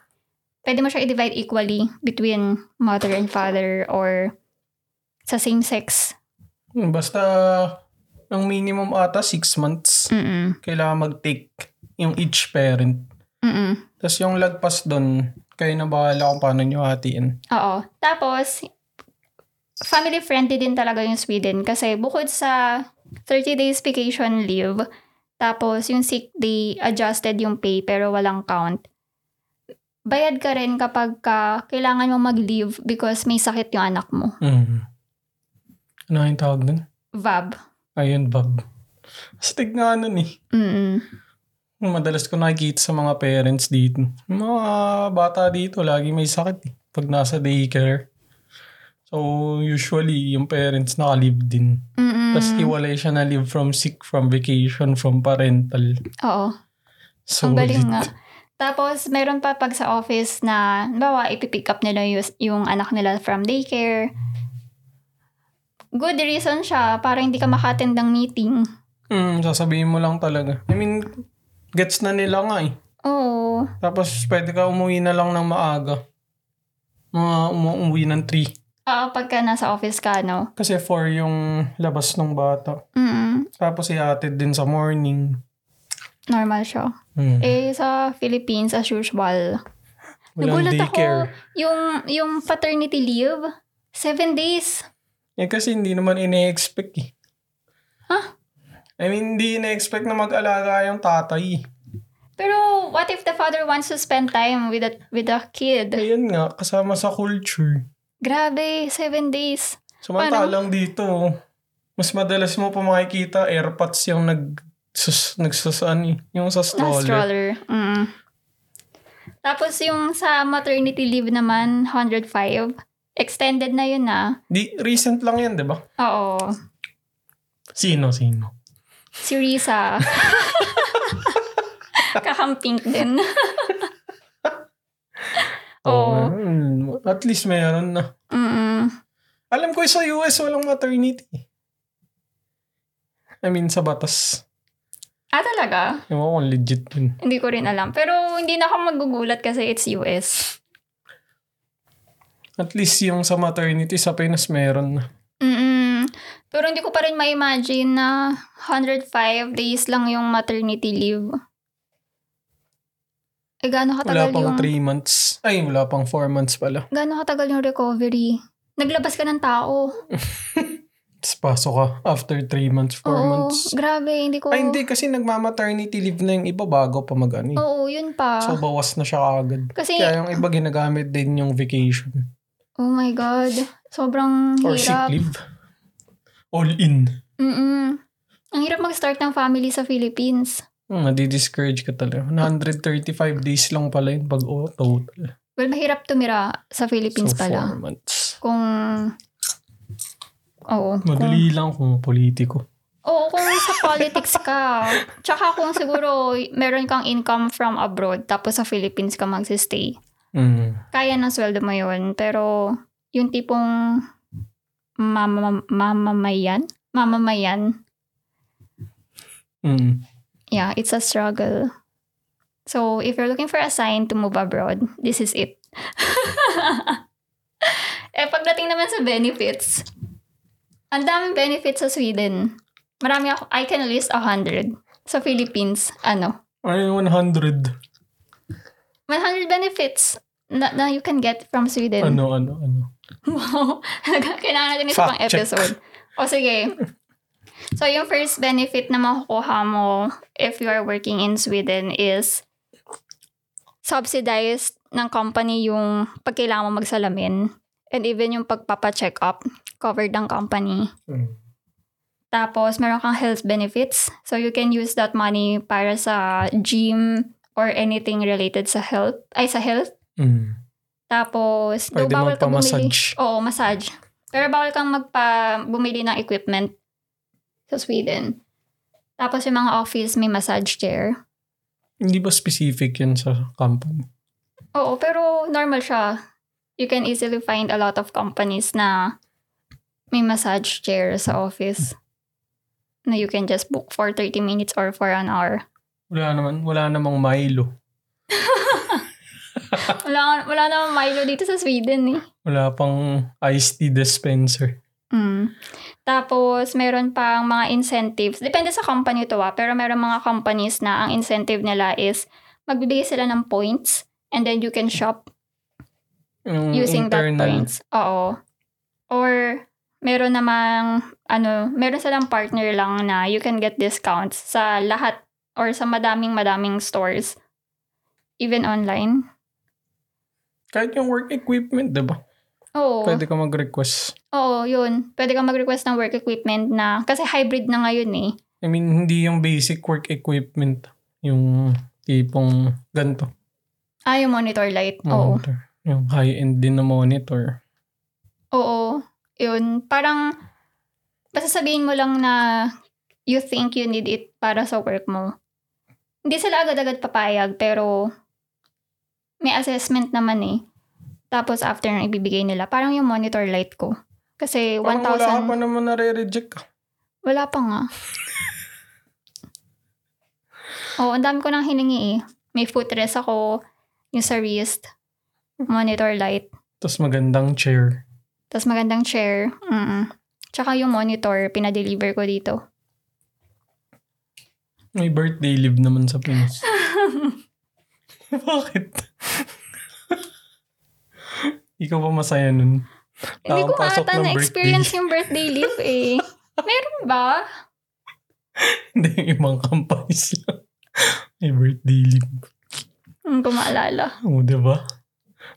Speaker 1: pwede mo siya i-divide equally between mother and father or sa same sex.
Speaker 2: Hmm, Basta, ang minimum ata, six months.
Speaker 1: Mm-mm.
Speaker 2: Kailangan mag-take yung each parent.
Speaker 1: Mm-mm.
Speaker 2: Tapos yung lagpas doon, kayo na bahala kung paano nyo hatiin.
Speaker 1: Oo. Tapos, family-friendly din talaga yung Sweden kasi bukod sa 30 days vacation leave, tapos yung sick day, adjusted yung pay pero walang count. Bayad ka rin kapag ka kailangan mo mag-leave because may sakit yung anak mo.
Speaker 2: Mm. Ano yung tawag doon?
Speaker 1: VAB.
Speaker 2: Ayun, Bob. Astig nga nun eh.
Speaker 1: Mm-mm.
Speaker 2: Madalas ko nakikita sa mga parents dito. Yung Mga bata dito, lagi may sakit eh. Pag nasa daycare. So, usually, yung parents naka-leave din.
Speaker 1: Mm-mm.
Speaker 2: Tapos hiwalay siya na leave from sick, from vacation, from parental.
Speaker 1: Oo.
Speaker 2: So,
Speaker 1: Ang galing nga. Tapos, meron pa pag sa office na, bawa, ipipick up nila yung, yung anak nila from daycare. Good reason siya para hindi ka maka-attend ng meeting.
Speaker 2: Mm, sasabihin mo lang talaga. I mean, gets na nila nga eh.
Speaker 1: Oo.
Speaker 2: Tapos pwede ka umuwi na lang ng maaga. Mga umuwi ng 3.
Speaker 1: Oo, pagka nasa office ka, no?
Speaker 2: Kasi 4 yung labas ng bata.
Speaker 1: Mm,
Speaker 2: Tapos iatid din sa morning.
Speaker 1: normal siya.
Speaker 2: Mm.
Speaker 1: Eh, sa Philippines, as usual,
Speaker 2: Walang
Speaker 1: nagulat ako.
Speaker 2: daycare.
Speaker 1: yung, yung paternity leave, seven days.
Speaker 2: Eh kasi hindi naman ine-expect eh.
Speaker 1: Huh?
Speaker 2: I mean, hindi ine-expect na mag-alaga yung tatay. eh.
Speaker 1: Pero what if the father wants to spend time with the, with the kid?
Speaker 2: Ayun nga, kasama sa culture.
Speaker 1: Grabe, seven days.
Speaker 2: Samantalang dito, mas madalas mo pa makikita airpods yung nag sus, nagsusaan eh. Yung sa
Speaker 1: Na
Speaker 2: stroller.
Speaker 1: stroller. Mm. Tapos yung sa maternity leave naman, 105. Extended na yun ah.
Speaker 2: Di, recent lang yan, di ba?
Speaker 1: Oo.
Speaker 2: Sino, sino?
Speaker 1: Si Risa. Kakampink din. Oo.
Speaker 2: mm, At least meron na.
Speaker 1: Mm-mm.
Speaker 2: Alam ko sa US walang maternity. eh. I mean, sa batas.
Speaker 1: Ah, talaga?
Speaker 2: Ewan ko kung legit yun.
Speaker 1: Hindi ko rin alam. Pero hindi na ako magugulat kasi it's US.
Speaker 2: At least yung sa maternity sa Pinas meron na.
Speaker 1: Mm-mm. Pero hindi ko pa rin ma-imagine na 105 days lang yung maternity leave. Eh, gaano
Speaker 2: Wala
Speaker 1: katagal yung...
Speaker 2: pang 3 months. Ay, wala pang 4 months pala.
Speaker 1: Gano'ng katagal yung recovery? Naglabas ka ng tao.
Speaker 2: Tapos pasok ka after 3 months, 4
Speaker 1: Oo,
Speaker 2: months.
Speaker 1: grabe. Hindi ko...
Speaker 2: Ay, hindi. Kasi nagmamaternity leave na yung iba bago pa mag ano eh.
Speaker 1: Oo, Eh, yun pa.
Speaker 2: So, bawas na siya agad.
Speaker 1: Kasi,
Speaker 2: Kaya yung iba ginagamit din yung vacation.
Speaker 1: oh my God. Sobrang
Speaker 2: Or sick
Speaker 1: hirap.
Speaker 2: leave. All in.
Speaker 1: Mm-mm. Ang hirap mag-start ng family sa Philippines.
Speaker 2: Hmm, nadi-discourage ka talaga. 135 days lang pala yun pag oh, total.
Speaker 1: Well, mahirap tumira sa Philippines
Speaker 2: So, 4
Speaker 1: pala.
Speaker 2: months.
Speaker 1: Kung... Oo. Kung,
Speaker 2: Madali lang kung politiko.
Speaker 1: oo, kung sa politics ka. Tsaka kung siguro meron kang income from abroad tapos sa Philippines ka magsistay.
Speaker 2: Mm.
Speaker 1: kaya ng sweldo mo yun, pero yung tipong mama, mamamayan, mamamayan,
Speaker 2: Mm.
Speaker 1: yeah, it's a struggle. So, if you're looking for a sign to move abroad, this is it. eh, pagdating naman sa benefits, ang daming benefits sa Sweden. Marami ako, I can list a hundred. Sa Philippines, ano,
Speaker 2: Ano yung
Speaker 1: 100
Speaker 2: 100?
Speaker 1: benefits na, na you can get from Sweden.
Speaker 2: Ano, ano, ano?
Speaker 1: Wow. Kailangan natin ito
Speaker 2: Fact
Speaker 1: pang
Speaker 2: check.
Speaker 1: episode. O sige. So, yung first benefit na makukuha mo if you are working in Sweden is subsidized ng company yung pagkailangan mo magsalamin. And even yung pagpapacheck up, covered ng company.
Speaker 2: Hmm.
Speaker 1: Tapos, meron kang health benefits. So, you can use that money para sa gym or anything related sa health. Ay, sa health.
Speaker 2: Mm.
Speaker 1: Tapos,
Speaker 2: Pwede
Speaker 1: daw bawal kang bumili.
Speaker 2: magpa-massage.
Speaker 1: Oo, massage. Pero bawal kang magpa bumili ng equipment sa Sweden. Tapos yung mga office may massage chair.
Speaker 2: Hindi ba specific yan sa company?
Speaker 1: Oo, pero normal siya. You can easily find a lot of companies na may massage chair sa office na you can just book for 30 minutes or for an hour.
Speaker 2: Wala naman, wala namang Milo.
Speaker 1: Wala, wala namang Milo dito sa Sweden eh.
Speaker 2: Wala pang iced tea dispenser.
Speaker 1: Mm. Tapos, meron pang mga incentives. Depende sa company to ah. Pero meron mga companies na ang incentive nila is magbibigay sila ng points and then you can shop
Speaker 2: Yung
Speaker 1: using that
Speaker 2: Mm, internal.
Speaker 1: points. Oo. Or, meron namang, ano, meron silang partner lang na you can get discounts sa lahat or sa madaming madaming stores. Even online.
Speaker 2: Kahit yung work equipment, di ba?
Speaker 1: Oo.
Speaker 2: Pwede ka mag-request.
Speaker 1: Oo, yun. Pwede kang mag-request ng work equipment na, kasi hybrid na ngayon eh.
Speaker 2: I mean, hindi yung basic work equipment. Yung tipong ganito.
Speaker 1: Ah, yung monitor light. Oo.
Speaker 2: Monitor. Yung high-end din na monitor.
Speaker 1: Oo. Yun. Parang, basta sabihin mo lang na you think you need it para sa work mo. Hindi sila agad-agad papayag, pero may assessment naman eh. Tapos after nang ibibigay nila, parang yung monitor light ko. Kasi
Speaker 2: Parang wala ka
Speaker 1: 1,000,
Speaker 2: pa
Speaker 1: wala,
Speaker 2: naman nare-reject ah. ka.
Speaker 1: pa nga. Oo, ang dami ko nang hiningi eh. May footrest ako, yung sa wrist, monitor light.
Speaker 2: Tapos magandang chair.
Speaker 1: Tapos magandang chair. Mm-mm. Tsaka yung monitor, pinadeliver ko dito.
Speaker 2: May birthday leave naman sa Pinas. Bakit? Ikaw pa masaya nun.
Speaker 1: Hindi ko
Speaker 2: Nakapasok
Speaker 1: ata
Speaker 2: ng
Speaker 1: na-experience yung birthday leave eh. Meron ba?
Speaker 2: Hindi, yung ibang companies lang. May birthday leave.
Speaker 1: Hindi ko maalala.
Speaker 2: O, diba?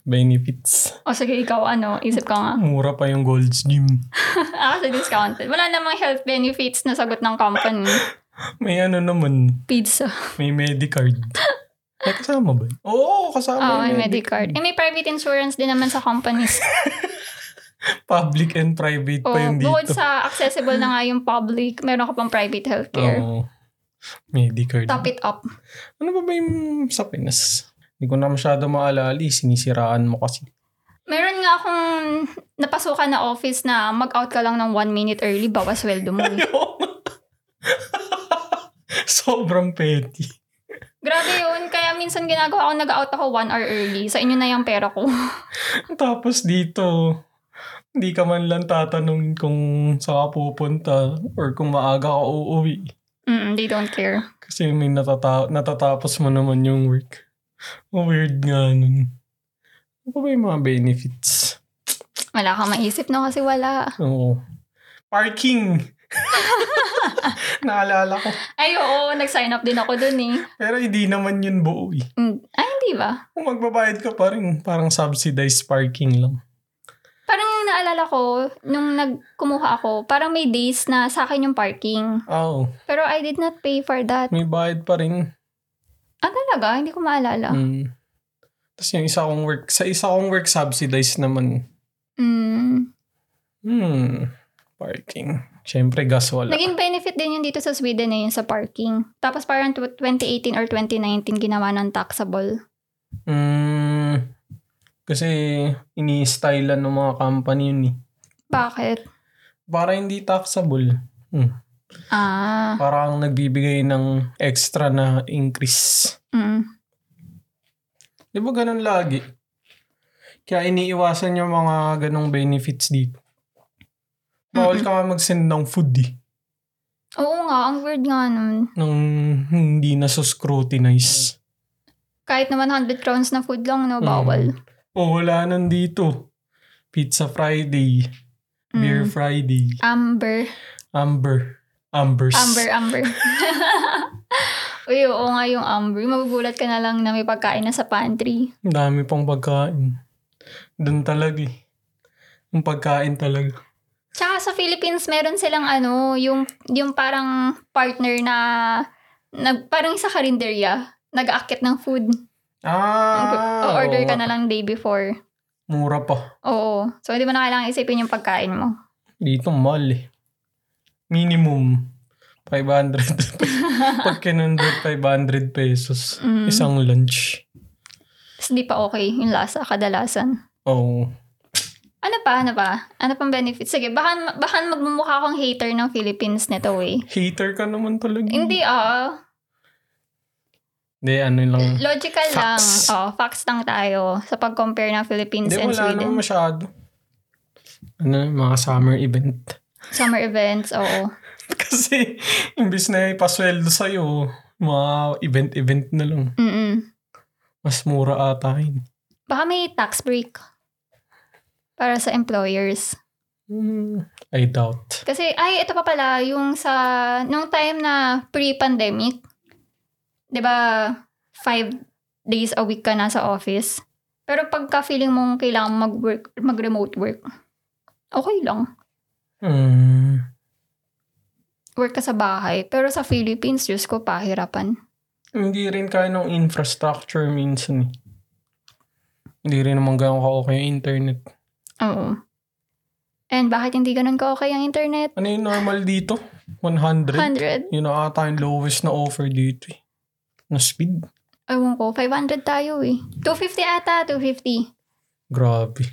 Speaker 2: Benefits.
Speaker 1: O sige, ikaw ano, isip ka nga.
Speaker 2: Mura pa yung Gold's Gym.
Speaker 1: ah, kasi discounted. Wala namang health benefits na sagot ng company.
Speaker 2: May ano naman,
Speaker 1: Pizza.
Speaker 2: may Medicard. May kasama ba? yun? Oo, kasama
Speaker 1: Oo,
Speaker 2: yung
Speaker 1: may Medicard. Eh, may private insurance din naman sa companies.
Speaker 2: Public and private
Speaker 1: O,
Speaker 2: pa yun dito.
Speaker 1: bukod sa accessible na nga yung public, meron ka pang private healthcare.
Speaker 2: Oo. Medicard.
Speaker 1: Top it up.
Speaker 2: Ano ba ba yung sa Pinas? Hindi ko na masyado maalala. eh. Sinisiraan mo kasi.
Speaker 1: Meron nga akong napasukan na office na mag-out ka lang ng one minute early, bawas sweldo mo. eh.
Speaker 2: Sobrang petty.
Speaker 1: Grabe yun. Kaya minsan ginagawa ko, nag-out ako one hour early. Sa inyo na yung pera ko.
Speaker 2: Tapos dito, hindi ka man lang tatanungin kung saan ka pupunta or kung maaga ka uuwi.
Speaker 1: Mm, they don't care.
Speaker 2: Kasi may natata- natatapos mo naman yung work. Ang Weird nga nun. Ano ba ba yung mga benefits?
Speaker 1: Wala kang maisip, no? Kasi wala.
Speaker 2: Oo. Parking! Naalala ko.
Speaker 1: Ay, oo. Nag-sign up din ako dun eh.
Speaker 2: Pero hindi naman yun buo eh.
Speaker 1: Mm, Ay, hindi ba?
Speaker 2: Kung magbabayad ka pa rin, parang subsidized parking lang.
Speaker 1: Parang yung naalala ko, nung nagkumuha ako, parang may days na sa akin yung parking.
Speaker 2: Oo.
Speaker 1: Pero I did not pay for that.
Speaker 2: May bayad pa rin.
Speaker 1: Ah, talaga? Hindi ko maalala.
Speaker 2: Mm. Tapos yung isa kong work, sa isa kong work subsidized naman.
Speaker 1: Mm.
Speaker 2: Hmm. Parking. Siyempre, gas wala.
Speaker 1: Naging benefit din yun dito sa Sweden eh, yung sa parking. Tapos parang tw- 2018 or 2019 ginawa ng taxable.
Speaker 2: Hmm. Kasi ini-stylean ng mga company yun eh.
Speaker 1: Bakit?
Speaker 2: Para hindi taxable.
Speaker 1: Ah.
Speaker 2: Parang nagbibigay ng extra na increase.
Speaker 1: Mm.
Speaker 2: Di ba ganun lagi? Kaya iniiwasan yung mga ganong benefits dito. Bawal ka nga mag-send ng food eh.
Speaker 1: Oo nga, ang weird nga nun.
Speaker 2: Nang hindi na scrutinize
Speaker 1: Kahit na 100 crowns na food lang,
Speaker 2: Mm.
Speaker 1: no, bawal.
Speaker 2: O Oh, wala nandito. Pizza Friday,
Speaker 1: Mm.
Speaker 2: Beer Friday,
Speaker 1: Amber.
Speaker 2: Amber, Ambers.
Speaker 1: Amber, amber. Uy, oo nga yung amber. Magugulat ka na lang na may pagkain na sa pantry.
Speaker 2: Ang Dami pang pagkain. Doon talaga eh. Ang pagkain talaga.
Speaker 1: Tsaka sa Philippines, meron silang ano, yung, yung parang partner na, nag, parang sa karinderya, nag-aakit ng food.
Speaker 2: Ah!
Speaker 1: order
Speaker 2: oo
Speaker 1: ka
Speaker 2: nga.
Speaker 1: na lang day before.
Speaker 2: Mura pa.
Speaker 1: Oo. So, hindi mo na kailangan isipin yung pagkain mo.
Speaker 2: Dito mahal eh. Minimum 500. Pag kinundot, 500 pesos.
Speaker 1: Mm.
Speaker 2: Isang lunch.
Speaker 1: Tapos di pa okay yung lasa, kadalasan.
Speaker 2: Oo.
Speaker 1: Ano pa, ano pa? Ano pang benefit? Sige, baka, baka magmumukha akong hater ng Philippines nito eh.
Speaker 2: Hater ka naman talaga.
Speaker 1: Hindi ah.
Speaker 2: Hindi, ano lang.
Speaker 1: Logical lang.
Speaker 2: Facts.
Speaker 1: Oh, facts lang tayo sa pag-compare ng Philippines
Speaker 2: Hindi,
Speaker 1: and
Speaker 2: wala
Speaker 1: Sweden.
Speaker 2: naman masyado. Ano, mga summer event.
Speaker 1: Summer events, oo.
Speaker 2: Kasi, imbis na ipasweldo sa'yo, mga event-event na lang.
Speaker 1: Mm-mm.
Speaker 2: Mas mura ata yun.
Speaker 1: Baka may tax break para sa employers.
Speaker 2: Hmm, I doubt.
Speaker 1: Kasi, ay, ito pa pala, yung sa, nung time na pre-pandemic, di ba, five days a week ka na sa office. Pero pagka feeling mong kailangan mag-work, mag-remote work, okay lang.
Speaker 2: Hmm.
Speaker 1: Work ka sa bahay. Pero sa Philippines, Diyos ko, pahirapan.
Speaker 2: Hindi rin kaya ng infrastructure minsan eh. Hindi rin naman ganun ka-okay yung internet.
Speaker 1: Oo. And bakit hindi ganun ka okay ang internet?
Speaker 2: Ano yung normal dito? 100?
Speaker 1: 100.
Speaker 2: Yun na ata yung lowest na offer dito eh. Na speed.
Speaker 1: Ewan ko, 500 tayo eh. 250 ata, 250.
Speaker 2: Grabe.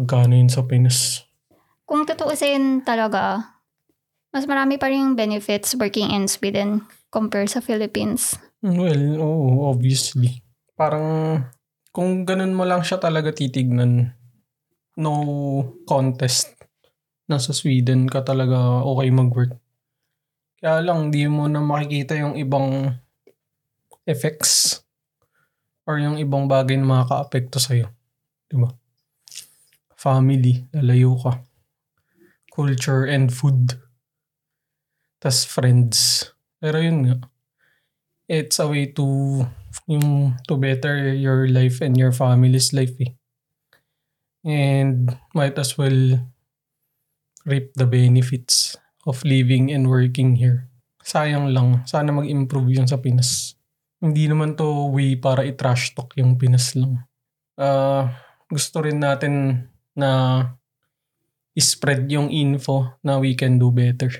Speaker 2: Magkano yun sa Pinas?
Speaker 1: kung tutuusin talaga, mas marami pa rin yung benefits working in Sweden compare sa Philippines.
Speaker 2: Well, Ano eh, oo, obviously. Parang, kung ganun mo lang siya talaga titignan, no contest. Nasa Sweden ka talaga okay mag-work. Kaya lang, di mo na makikita yung ibang effects or yung ibang bagay na makaka-apekto sa'yo. Diba? Family, lalayo ka. Culture and food. Tas friends. Pero yun nga, it's a way to yung to better your life and your family's life eh. And might as well reap the benefits of living and working here. Sayang lang. Sana mag-improve yun sa Pinas. Hindi naman to way para i-trash talk yung Pinas lang. Ah, gusto rin natin na spread yung info na we can do better.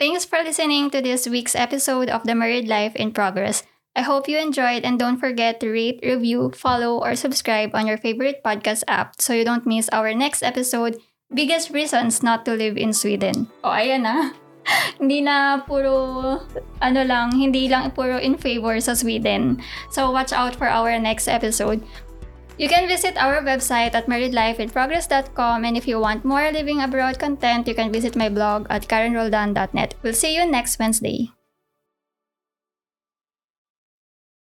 Speaker 1: Thanks for listening to this week's episode of The Married Life in Progress. I hope you enjoyed and don't forget to rate, review, follow, or subscribe on your favorite podcast app so you don't miss our next episode, Biggest Reasons Not to Live in Sweden. O oh, ayan na. hindi na puro, ano lang, hindi lang puro in favor sa Sweden. So watch out for our next episode. You can visit our website at marriedlifeinprogress.com and if you want more living abroad content, you can visit my blog at karenroldan.net. We'll see you next Wednesday.